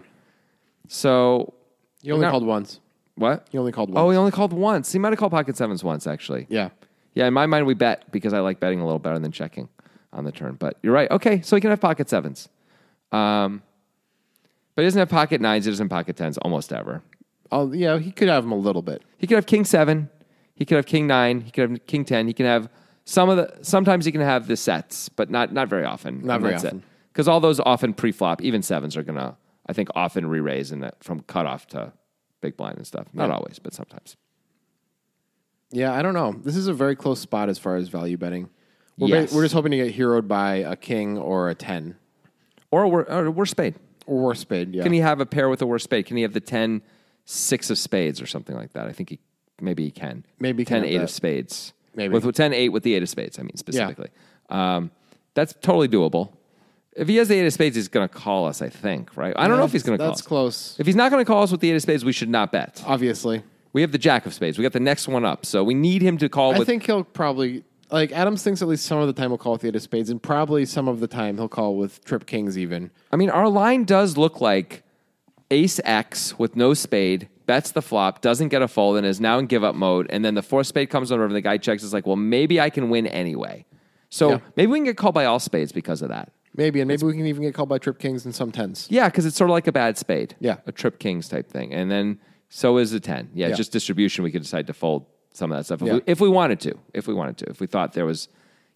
Speaker 1: So
Speaker 2: You only
Speaker 1: Not-
Speaker 2: called once.
Speaker 1: what?
Speaker 2: You only called once.
Speaker 1: Oh, he only called once. He might have called pocket sevens once, actually.
Speaker 2: yeah.
Speaker 1: Yeah, in my mind, we bet because I like betting a little better than checking on the turn. But you're right. Okay, so he can have pocket sevens. Um, but he doesn't have pocket nines. He doesn't have pocket tens almost ever.
Speaker 2: Oh, yeah, he could have them a little bit.
Speaker 1: He could have king seven. He could have king nine. He could have king ten. He can have some of the. Sometimes he can have the sets, but not not very often.
Speaker 2: Not very often.
Speaker 1: Because all those often pre-flop, even sevens are gonna, I think, often re-raise in that from cutoff to big blind and stuff. Not
Speaker 2: Yeah.
Speaker 1: always, but sometimes.
Speaker 2: Yeah, I don't know. This is a very close spot as far as value betting. We're, ba-
Speaker 1: Yes.
Speaker 2: we're just hoping to get heroed by a king or a 10
Speaker 1: Or we're or we're spade.
Speaker 2: or war spade. Yeah.
Speaker 1: Can he have a pair with a worse spade? Can he have the 10 six of spades or something like that? I think he maybe he can.
Speaker 2: Maybe he
Speaker 1: 10
Speaker 2: can have
Speaker 1: 8
Speaker 2: that.
Speaker 1: of spades.
Speaker 2: Maybe.
Speaker 1: With, with 10 8 with the 8 of spades, I mean specifically. Um, that's totally doable. If he has the 8 of spades, he's going to call us, I think, right? I don't know if he's going to call
Speaker 2: That's
Speaker 1: us.
Speaker 2: close, Uh.
Speaker 1: If he's not going to call us with the 8 of spades, we should not bet.
Speaker 2: obviously.
Speaker 1: We have the jack of spades. We got the next one up. So we need him to call
Speaker 2: I
Speaker 1: with
Speaker 2: think he'll probably, like, Adams thinks at least some of the time he'll call with the eight of spades, and probably some of the time he'll call with trip kings even.
Speaker 1: I mean, our line does look like ace X with no spade, bets the flop, doesn't get a fold, and is now in give up mode. And then the fourth spade comes over, and the guy checks. It's like, well, maybe I can win anyway. So
Speaker 2: Yeah.
Speaker 1: maybe we can get called by all spades because of that.
Speaker 2: Maybe, and maybe we can even get called by trip kings and some 10s.
Speaker 1: Yeah, because it's sort of like a bad spade.
Speaker 2: Yeah.
Speaker 1: A trip kings type thing. And then so is a 10. Yeah,
Speaker 2: Yeah.
Speaker 1: just distribution. We could decide to fold some of that stuff if,
Speaker 2: Yeah.
Speaker 1: we, if we wanted to, if we wanted to, if we thought there was,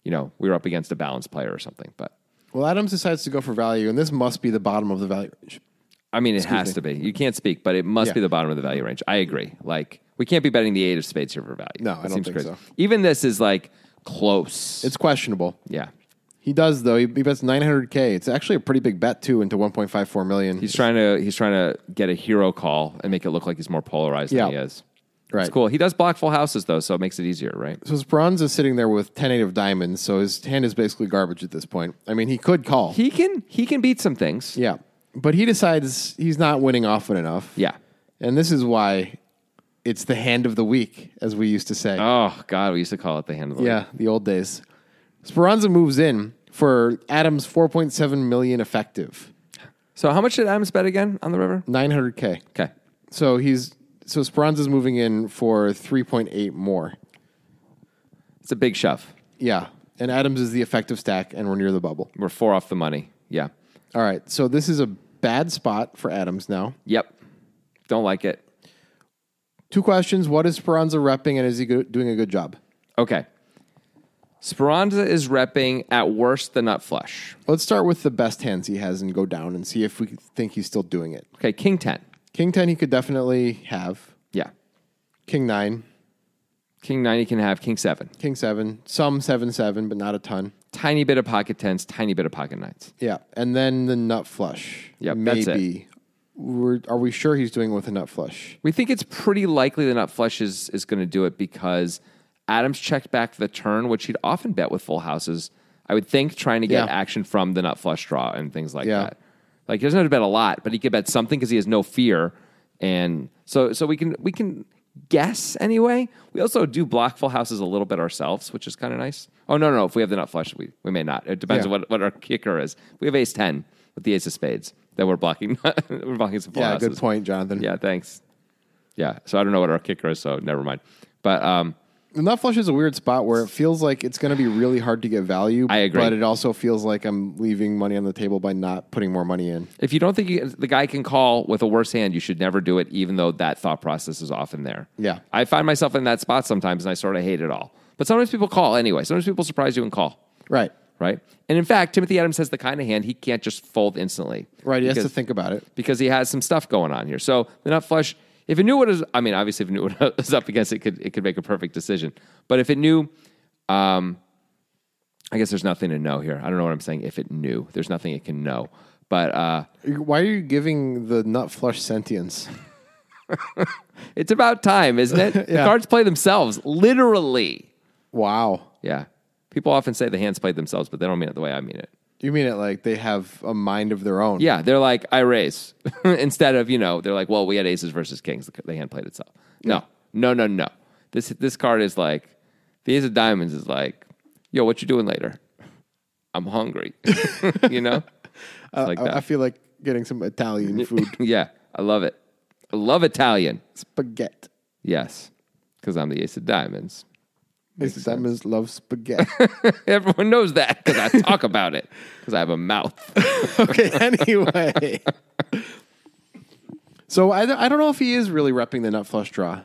Speaker 1: you know, we were up against a balanced player or something. But
Speaker 2: Well, Adams decides to go for value, and this must be the bottom of the value range.
Speaker 1: I mean, it has to be. You can't speak, but it must
Speaker 2: Yeah.
Speaker 1: be the bottom of the value range. I agree. Like we can't be betting the eight of spades here for value.
Speaker 2: No,
Speaker 1: That
Speaker 2: I don't think so.
Speaker 1: Even this is like close.
Speaker 2: It's questionable.
Speaker 1: yeah.
Speaker 2: He does though. He, he bets 900k. It's actually a pretty big bet too into 1.54 million.
Speaker 1: He's trying to he's trying to get a hero call and make it look like he's more polarized
Speaker 2: Yeah.
Speaker 1: than he is. It's
Speaker 2: Right.
Speaker 1: cool. He does block full houses though, so it makes it easier, right?
Speaker 2: so his bronze is sitting there with 10 8 of diamonds. So his hand is basically garbage at this point. I mean, he could call.
Speaker 1: He can he can beat some things.
Speaker 2: yeah, but he decides he's not winning often enough.
Speaker 1: Yeah.
Speaker 2: and this is why it's the hand of the week, as we used to say.
Speaker 1: Oh God, we used to call it the hand of the
Speaker 2: Yeah, the old days. Speranza moves in for Adams 4.7 million effective,
Speaker 1: So how much did Adams bet again on the river?
Speaker 2: 900k.
Speaker 1: Okay.
Speaker 2: So he's so Speranza's moving in for 3.8 more.
Speaker 1: It's a big shove.
Speaker 2: Yeah, and Adams is the effective stack, and we're near the bubble.
Speaker 1: We're four off the money. Yeah.
Speaker 2: All right, so this is a bad spot for Adams now.
Speaker 1: Yep. Don't like it.
Speaker 2: Two questions: What is Speranza repping, and is he go- doing a good job?
Speaker 1: Okay. Speranza is repping at worst the nut flush.
Speaker 2: Let's start with the best hands he has and go down and see if we think he's still doing it.
Speaker 1: Okay, king 10.
Speaker 2: King ten he could definitely have.
Speaker 1: Yeah.
Speaker 2: King nine,
Speaker 1: King 9 he can have, king 7.
Speaker 2: king seven, some seven seven, but not a ton.
Speaker 1: Tiny bit of pocket 10s, tiny bit of pocket 9s.
Speaker 2: Yeah, and then the nut flush.
Speaker 1: Yep, that's it.
Speaker 2: maybe. We're, are we sure he's doing it with a nut flush?
Speaker 1: We think it's pretty likely the nut flush is, is going to do it because Adams checked back the turn, which he'd often bet with full houses. I would think trying to get
Speaker 2: Yeah.
Speaker 1: action from the nut flush draw and things like
Speaker 2: Yeah.
Speaker 1: that. Like he doesn't have to bet a lot, but he could bet something because he has no fear, and so so we can we can guess anyway. We also do block full houses a little bit ourselves, which is kind of nice. Oh no, no, no, if we have the nut flush, we, we may not. It depends
Speaker 2: Yeah.
Speaker 1: on what, what our kicker is. We have ace ten with the ace of spades that we're blocking. we're blocking some full
Speaker 2: Yeah,
Speaker 1: houses.
Speaker 2: good point, Jonathan.
Speaker 1: Yeah, thanks. Yeah, so I don't know what our kicker is, so never mind. But um,
Speaker 2: The nut flush is a weird spot where it feels like it's going to be really hard to get value.
Speaker 1: I agree.
Speaker 2: But it also feels like I'm leaving money on the table by not putting more money in.
Speaker 1: if you don't think you, the guy can call with a worse hand, you should never do it, even though that thought process is often there.
Speaker 2: Yeah.
Speaker 1: I find myself in that spot sometimes, and I sort of hate it all. But sometimes people call anyway. Sometimes people surprise you and call,
Speaker 2: Right.
Speaker 1: right? And in fact, Timothy Adams has the kind of hand he can't just fold instantly.
Speaker 2: Right. He has to
Speaker 1: Because-
Speaker 2: think about it.
Speaker 1: because he has some stuff going on here. So the nut flush, if it knew what is, I mean, obviously if it knew what it was up against, it could it could make a perfect decision. But if it knew, um, I guess there's nothing to know here. I don't know what I'm saying. If it knew, there's nothing it can know. But uh,
Speaker 2: Why are you giving the nut flush sentience?
Speaker 1: it's about time, isn't it? The
Speaker 2: Yeah.
Speaker 1: cards play themselves, literally.
Speaker 2: Wow.
Speaker 1: Yeah. People often say the hands played themselves, but they don't mean it the way I mean it.
Speaker 2: You mean it like they have a mind of their own?
Speaker 1: Yeah, they're like I raise instead of you know they're like well we had aces versus kings the hand played itself. No, no, no, no. This this card is like the ace of diamonds is like yo what you doing later? I'm hungry, you know, It's like
Speaker 2: Uh, I, I
Speaker 1: that.
Speaker 2: feel like getting some Italian food.
Speaker 1: yeah, I love it. I love Italian.
Speaker 2: spaghetti.
Speaker 1: Yes, because I'm the ace of diamonds.
Speaker 2: Examines love spaghetti.
Speaker 1: Everyone knows that because I talk about it because I have a mouth.
Speaker 2: okay, anyway. so I, I don't know if he is really repping the nut flush draw.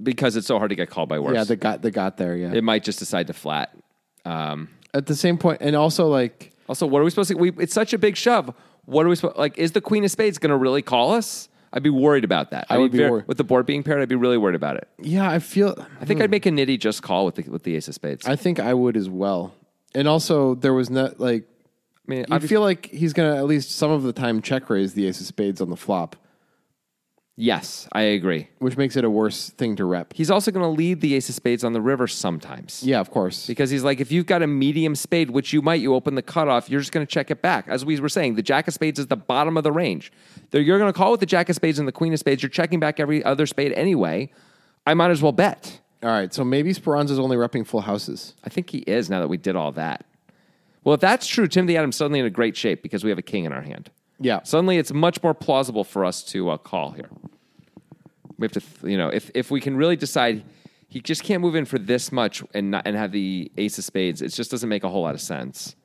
Speaker 1: because it's so hard to get called by worse.
Speaker 2: Yeah, they got they got there. Yeah.
Speaker 1: it might just decide to flat. Um,
Speaker 2: At the same point, and also like
Speaker 1: Also, what are we supposed to? We, it's such a big shove. What are we supposed? Like, is the Queen of Spades going to really call us? I'd be worried about that. I
Speaker 2: would be worried.
Speaker 1: with the board being paired. I'd be really worried about it.
Speaker 2: yeah, I feel
Speaker 1: I think I'd make a nitty just call with the with the Ace of Spades. I,
Speaker 2: Hmm. I think I would as well. And also, there was not like
Speaker 1: mean,
Speaker 2: I
Speaker 1: obvi-
Speaker 2: feel like he's gonna at least some of the time check raise the ace of spades on the flop,
Speaker 1: yes, I agree.
Speaker 2: which makes it a worse thing to rep.
Speaker 1: He's also going to lead the Ace of Spades on the river sometimes.
Speaker 2: Yeah, of course.
Speaker 1: Because he's like, if you've got a medium spade, which you might, you open the cutoff, you're just going to check it back. As we were saying, the jack of spades is the bottom of the range. There- You're going to call with the jack of spades and the queen of spades. You're checking back every other spade anyway. I might as well bet.
Speaker 2: All right, so maybe Speranza's only repping full houses.
Speaker 1: I think he is now that we did all that. Well, if that's true, Timothy Adams suddenly in a great shape because we have a king in our hand.
Speaker 2: Yeah.
Speaker 1: Suddenly, it's much more plausible for us to uh, call here. We have to, th- you know, if if we can really decide, he just can't move in for this much and not, and have the ace of spades. It just doesn't make a whole lot of sense.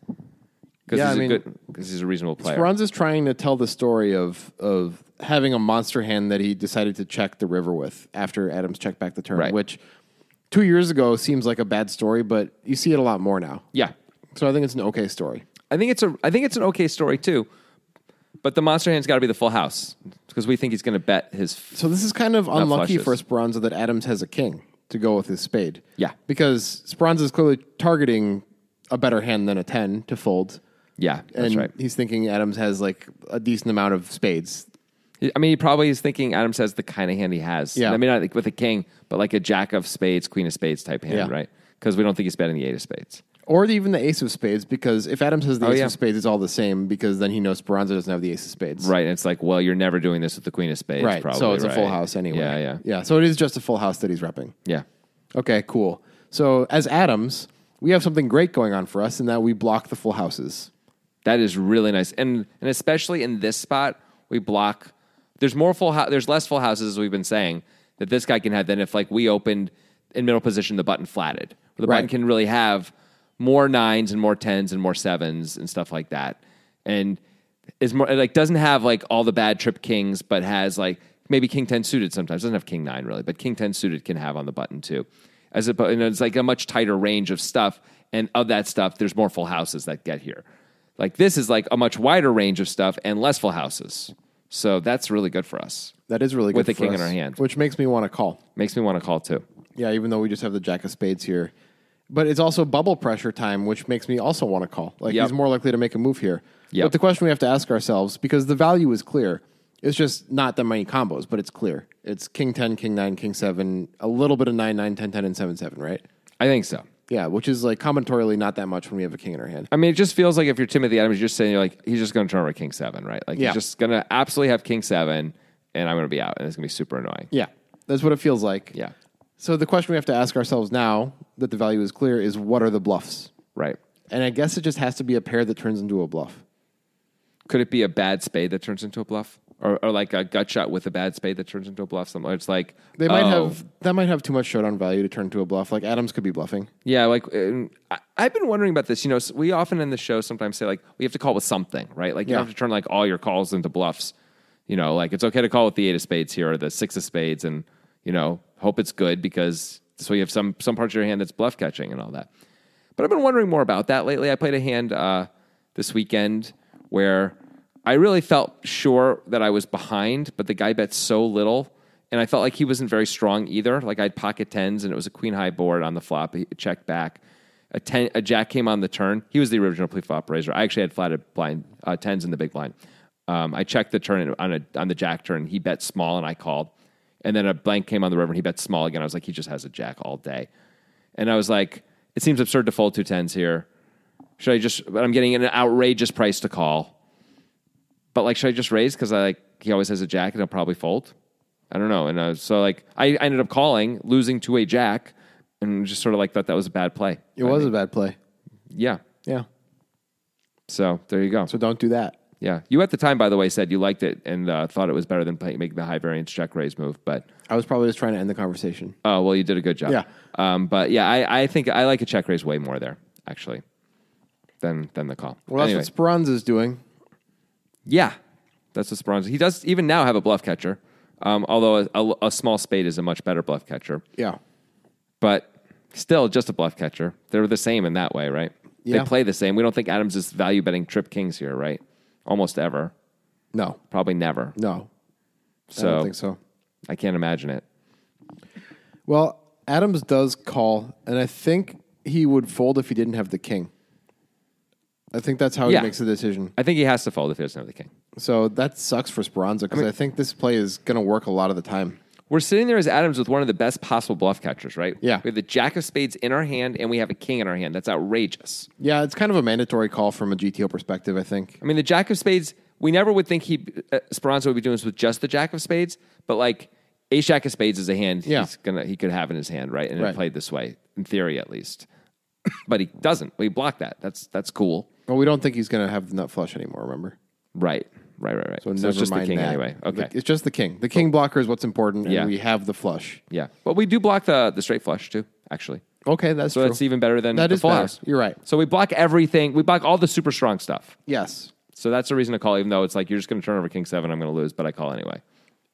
Speaker 1: Because
Speaker 2: Yeah,
Speaker 1: he's
Speaker 2: I mean,
Speaker 1: a good, because he's a reasonable player.
Speaker 2: Speranza's trying to tell the story of of having a monster hand that he decided to check the river with after Adams checked back the turn,
Speaker 1: Right.
Speaker 2: which two years ago seems like a bad story, but you see it a lot more now.
Speaker 1: yeah,
Speaker 2: So I think it's an okay story.
Speaker 1: I think it's a I think it's an okay story too. But the monster hand's got to be the full house because we think he's going to bet his. F-
Speaker 2: So this is kind of unlucky
Speaker 1: flushes.
Speaker 2: for Esperanza that Adams has a king to go with his spade.
Speaker 1: Yeah.
Speaker 2: Because Esperanza is clearly targeting a better hand than a 10 to fold.
Speaker 1: yeah,
Speaker 2: And
Speaker 1: that's right.
Speaker 2: he's thinking Adams has like a decent amount of spades.
Speaker 1: He- I mean, he probably is thinking Adam says the kind of hand he has.
Speaker 2: Yeah.
Speaker 1: I mean, not like with a king, but like a jack of spades, queen of spades type hand,
Speaker 2: Yeah.
Speaker 1: right? Because we don't think he's betting the eight of spades.
Speaker 2: Or even the ace of spades, because if Adams has the ace
Speaker 1: Oh, yeah.
Speaker 2: of spades, it's all the same because then he knows Speranza doesn't have the ace of spades.
Speaker 1: Right. And it's like, well, you're never doing this with the queen of spades,
Speaker 2: Right.
Speaker 1: probably.
Speaker 2: so it's a full
Speaker 1: right?
Speaker 2: house anyway.
Speaker 1: Yeah, yeah.
Speaker 2: Yeah. So it is just a full house that he's repping.
Speaker 1: Yeah.
Speaker 2: Okay, cool. So as Adams, we have something great going on for us in that we block the full houses.
Speaker 1: That is really nice. And and especially in this spot, we block there's more full house there's less full houses as we've been saying that this guy can have than if like we opened in middle position the button flatted. The
Speaker 2: Right.
Speaker 1: button can really have more nines and more tens and more sevens and stuff like that. And is more it, like doesn't have like all the bad trip kings, but has like maybe king ten suited sometimes. Doesn't have king nine really, but king ten suited can have on the button too. As opposed, you know, it's like a much tighter range of stuff, and of that stuff, there's more full houses that get here. Like this is like a much wider range of stuff and less full houses. So that's really good for us.
Speaker 2: That is really good
Speaker 1: With a
Speaker 2: for
Speaker 1: king in
Speaker 2: us,
Speaker 1: our hand.
Speaker 2: which makes me want to call.
Speaker 1: Makes me want to call too.
Speaker 2: Yeah, even though we just have the jack of spades here, but it's also bubble pressure time, which makes me also want to call. Like
Speaker 1: Yep.
Speaker 2: he's more likely to make a move here.
Speaker 1: Yep.
Speaker 2: But the question we have to ask ourselves because the value is clear. It's just not that many combos, but it's clear. It's king ten, king nine, king seven, a little bit of nine nine, ten ten, and seven seven, right?
Speaker 1: I think so.
Speaker 2: Yeah, which is like combinatorially not that much when we have a king in our hand.
Speaker 1: I mean, it just feels like if you're Timothy Adams, you're just saying you're like he's just going to turn over king seven, right? Like
Speaker 2: Yeah.
Speaker 1: he's just going to absolutely have king seven, and I'm going to be out, and it's going to be super annoying.
Speaker 2: Yeah, that's what it feels like.
Speaker 1: Yeah.
Speaker 2: So the question we have to ask ourselves now that the value is clear is what are the bluffs?
Speaker 1: Right?
Speaker 2: And I guess it just has to be a pair that turns into a bluff.
Speaker 1: Could it be a bad spade that turns into a bluff, or, or like a gut shot with a bad spade that turns into a bluff? Something it's like
Speaker 2: They might
Speaker 1: oh,
Speaker 2: have that might have too much showdown value to turn to a bluff. Like Adams could be bluffing.
Speaker 1: Yeah, like um, I, I've been wondering about this. You know, s- we often in the show sometimes say like we have to call with something, right? Like you
Speaker 2: Yeah.
Speaker 1: don't have to turn like all your calls into bluffs. You know, like it's okay to call with the eight of spades here or the six of spades, and you know, hope it's good because so you have some some part of your hand that's bluff catching and all that. But I've been wondering more about that lately. I played a hand uh, this weekend where I really felt sure that I was behind, but the guy bet so little. And I felt like he wasn't very strong either. Like I had pocket tens and it was a queen high board on the flop. He checked back. A, ten, a jack came on the turn. He was the original pre-flop raiser. I actually had flatted blind uh, tens in the big blind. Um, I checked the turn on, a, on the jack turn. He bet small and I called. And then a blank came on the river and he bet small again. I was like, he just has a jack all day. And I was like, it seems absurd to fold two tens here. Should I just, but I'm getting an outrageous price to call. But like, should I just raise? Cause I like, he always has a jack and he'll probably fold. I don't know. And uh, so like, I, I ended up calling, losing to a jack and just sort of like thought that was a bad play.
Speaker 2: It was a bad play.
Speaker 1: Yeah.
Speaker 2: Yeah.
Speaker 1: So there you go.
Speaker 2: So don't do that.
Speaker 1: yeah. You at the time, by the way, said you liked it and uh, thought it was better than play, making the high variance check raise move. But
Speaker 2: I was probably just trying to end the conversation.
Speaker 1: Oh well, you did a good job.
Speaker 2: Yeah.
Speaker 1: Um, but yeah, I, I think I like a check raise way more there actually than than the call.
Speaker 2: Well, that's
Speaker 1: Anyway,
Speaker 2: what Speranza's doing.
Speaker 1: yeah, that's what Speranza. He does even now have a bluff catcher, um, although a, a, a small spade is a much better bluff catcher.
Speaker 2: Yeah.
Speaker 1: But still, just a bluff catcher. They're the same in that way, right?
Speaker 2: Yeah.
Speaker 1: They play the same. We don't think Adams is value betting trip kings here, right? Almost ever,
Speaker 2: No.
Speaker 1: probably never.
Speaker 2: No.
Speaker 1: So
Speaker 2: I don't think so.
Speaker 1: I can't imagine it.
Speaker 2: Well, Adams does call, and I think he would fold if he didn't have the king. I think that's how
Speaker 1: Yeah.
Speaker 2: he makes the decision.
Speaker 1: I think he has to fold if he doesn't have the king.
Speaker 2: So that sucks for Speranza because I, think this play is going to work a lot of the time.
Speaker 1: We're sitting there as Adams with one of the best possible bluff catchers, right?
Speaker 2: Yeah.
Speaker 1: We have the jack of spades in our hand and we have a king in our hand. That's outrageous.
Speaker 2: Yeah, it's kind of a mandatory call from a GTO perspective, I think.
Speaker 1: I mean, the jack of spades, we never would think he, uh, Speranza would be doing this with just the jack of spades, but like a jack of spades is a hand
Speaker 2: Yeah.
Speaker 1: he's gonna, he could have in his hand, right? And
Speaker 2: Right.
Speaker 1: it played this way, in theory at least. but he doesn't. We block that. That's, that's cool.
Speaker 2: Well, we don't think he's going to have the nut flush anymore, remember?
Speaker 1: Right. Right, right, right. So,
Speaker 2: Never
Speaker 1: it's just the
Speaker 2: mind
Speaker 1: king
Speaker 2: that.
Speaker 1: anyway.
Speaker 2: The-
Speaker 1: Okay.
Speaker 2: it's just the king. The king blocker is what's important, and
Speaker 1: Yeah.
Speaker 2: we have the flush.
Speaker 1: yeah. But we do block the, the straight flush too, actually.
Speaker 2: Okay, that's
Speaker 1: So
Speaker 2: true.
Speaker 1: that's even better than
Speaker 2: That
Speaker 1: the
Speaker 2: is
Speaker 1: full
Speaker 2: better.
Speaker 1: house.
Speaker 2: You're right.
Speaker 1: So we block everything. We block all the super strong stuff.
Speaker 2: Yes.
Speaker 1: So that's a reason to call, even though it's like you're just going to turn over king seven. I'm going to lose, but I call anyway.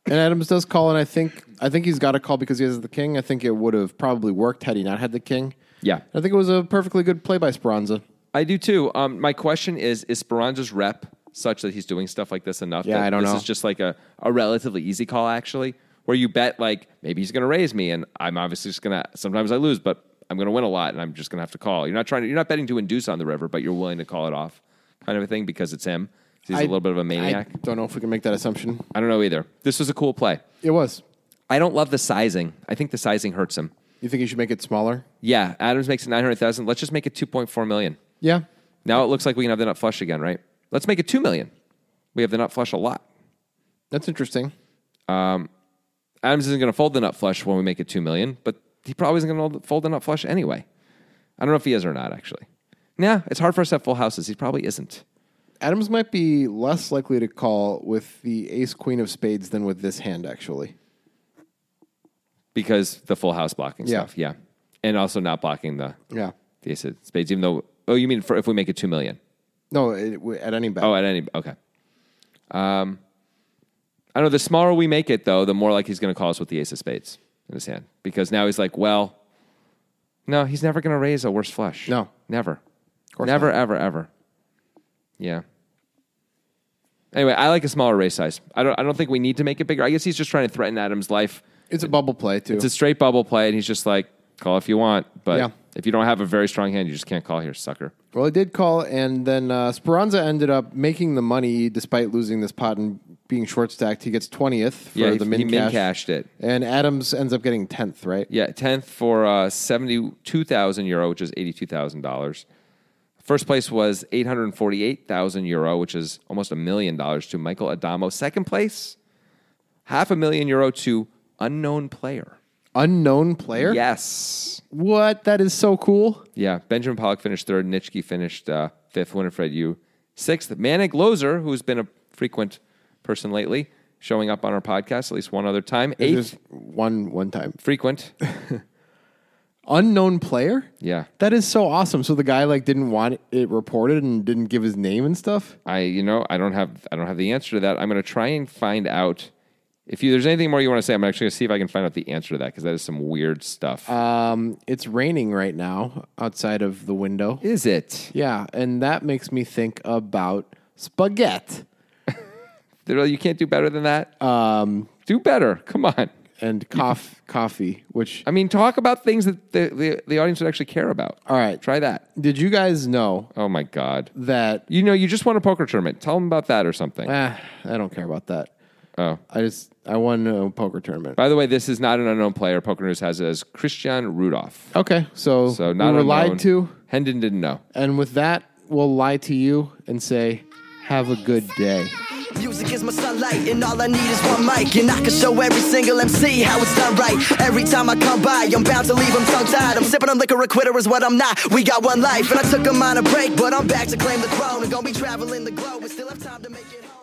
Speaker 2: And Adams does call, and I think I think he's got a call because he has the king. I think it would have probably worked had he not had the king.
Speaker 1: Yeah.
Speaker 2: I think it was a perfectly good play by Speranza.
Speaker 1: I do too. Um, my question is: Is Speranza's rep such that he's doing stuff like this enough
Speaker 2: Yeah,
Speaker 1: that
Speaker 2: I don't
Speaker 1: this
Speaker 2: know.
Speaker 1: is just like a, a relatively easy call, actually, where you bet, like, maybe he's going to raise me, and I'm obviously just going to, sometimes I lose, but I'm going to win a lot, and I'm just going to have to call. You're not trying to, you're not betting to induce on the river, but you're willing to call it off kind of a thing because it's him. He's a
Speaker 2: I-
Speaker 1: little bit of a
Speaker 2: I
Speaker 1: maniac.
Speaker 2: don't know if we can make that assumption.
Speaker 1: I don't know either. This was a cool play.
Speaker 2: It was.
Speaker 1: I don't love the sizing. I think the sizing hurts him.
Speaker 2: You think you should make it smaller?
Speaker 1: Yeah, Adams makes it 900,000. Let's just make it 2.4 million.
Speaker 2: Yeah.
Speaker 1: Now it looks like we can have the nut flush again, right? Let's make it 2 million. We have the nut flush a lot.
Speaker 2: That's interesting.
Speaker 1: Adams isn't going to fold the nut flush when we make it 2 million, but he probably isn't going to fold the nut flush anyway. I don't know if he is or not, actually. Nah, it's hard for us to have full houses. He probably isn't.
Speaker 2: Adams might be less likely to call with the ace queen of spades than with this hand, actually.
Speaker 1: because the full house blocking
Speaker 2: Yeah.
Speaker 1: stuff, yeah, and also not blocking the
Speaker 2: Yeah.
Speaker 1: the ace of spades. Even though, oh, you mean for if we make it two million?
Speaker 2: No, it, w- at any bet.
Speaker 1: Oh, at any okay. Um, I don't know. The smaller we make it, though, the more like he's going to call us with the ace of spades in his hand because now he's like, well, no, he's never going to raise a worse flush.
Speaker 2: No.
Speaker 1: never,
Speaker 2: course
Speaker 1: never, ever, ever. Yeah. Anyway, I like a smaller raise size. I don't. I don't think we need to make it bigger. I guess he's just trying to threaten Adam's life
Speaker 2: It's a bubble play, too.
Speaker 1: Oh. it's a straight bubble play, and he's just like, call if you want, but
Speaker 2: Yeah.
Speaker 1: if you don't have a very strong hand, you just can't call here, sucker.
Speaker 2: well, he did call, and then uh, Speranza ended up making the money despite losing this pot and being short stacked. He gets 20th for
Speaker 1: yeah, he-
Speaker 2: the
Speaker 1: he,
Speaker 2: min
Speaker 1: min
Speaker 2: cash.
Speaker 1: cashed it.
Speaker 2: And Adams ends up getting 10th, right?
Speaker 1: Yeah, tenth for uh, seventy-two thousand euro, which is eighty-two thousand dollars. First place was eight hundred forty-eight thousand euro, which is almost a million dollars to Michael Adamo. Second place, half a million euro to unknown player.
Speaker 2: Unknown player?
Speaker 1: Yes.
Speaker 2: What? That is so cool.
Speaker 1: Yeah, Benjamin Pollock finished third. Nitschke finished uh, fifth. Winifred Yu sixth. Manic Lozer, who's been a frequent person lately, showing up on our podcast at least one other time. Eighth,
Speaker 2: Just one one time.
Speaker 1: frequent.
Speaker 2: Unknown player?
Speaker 1: Yeah,
Speaker 2: That is so awesome. So the guy like didn't want it reported and didn't give his name and stuff.
Speaker 1: I you know I don't have I don't have the answer to that. I'm going to try and find out if you, there's anything more you want to say. I'm actually going to see if I can find out the answer to that because that is some weird stuff.
Speaker 2: Um, it's raining right now outside of the window.
Speaker 1: is it?
Speaker 2: Yeah, and that makes me think about spaghetti
Speaker 1: There- You can't do better than that. Um, do better. Come on.
Speaker 2: and coff- coffee. Which
Speaker 1: I mean, talk about things that the, the, the audience would actually care about.
Speaker 2: all right?
Speaker 1: Try that.
Speaker 2: Did you guys know
Speaker 1: Oh my God.
Speaker 2: that?
Speaker 1: You know, you just won a poker tournament. Tell them about that or something.
Speaker 2: Ah, I don't care about that.
Speaker 1: Oh.
Speaker 2: I just I won a poker tournament.
Speaker 1: By the way, this is not an unknown player. Poker News has it as Christian Rudolph.
Speaker 2: Okay, so
Speaker 1: So not
Speaker 2: we were
Speaker 1: unknown.
Speaker 2: lied to,
Speaker 1: Hendon didn't know.
Speaker 2: and with that, we'll lie to you and say, "Have a good day."
Speaker 3: Music is my sunlight, and all I need is one mic. And I can show every single MC how it's done right. Every time I come by, I'm bound to leave them tongue tied. I'm sipping on liquor, a quitter is what I'm not. We got one life, and I took a minor break, but I'm back to claim the throne. And gonna be traveling the globe, and still have time to make it home.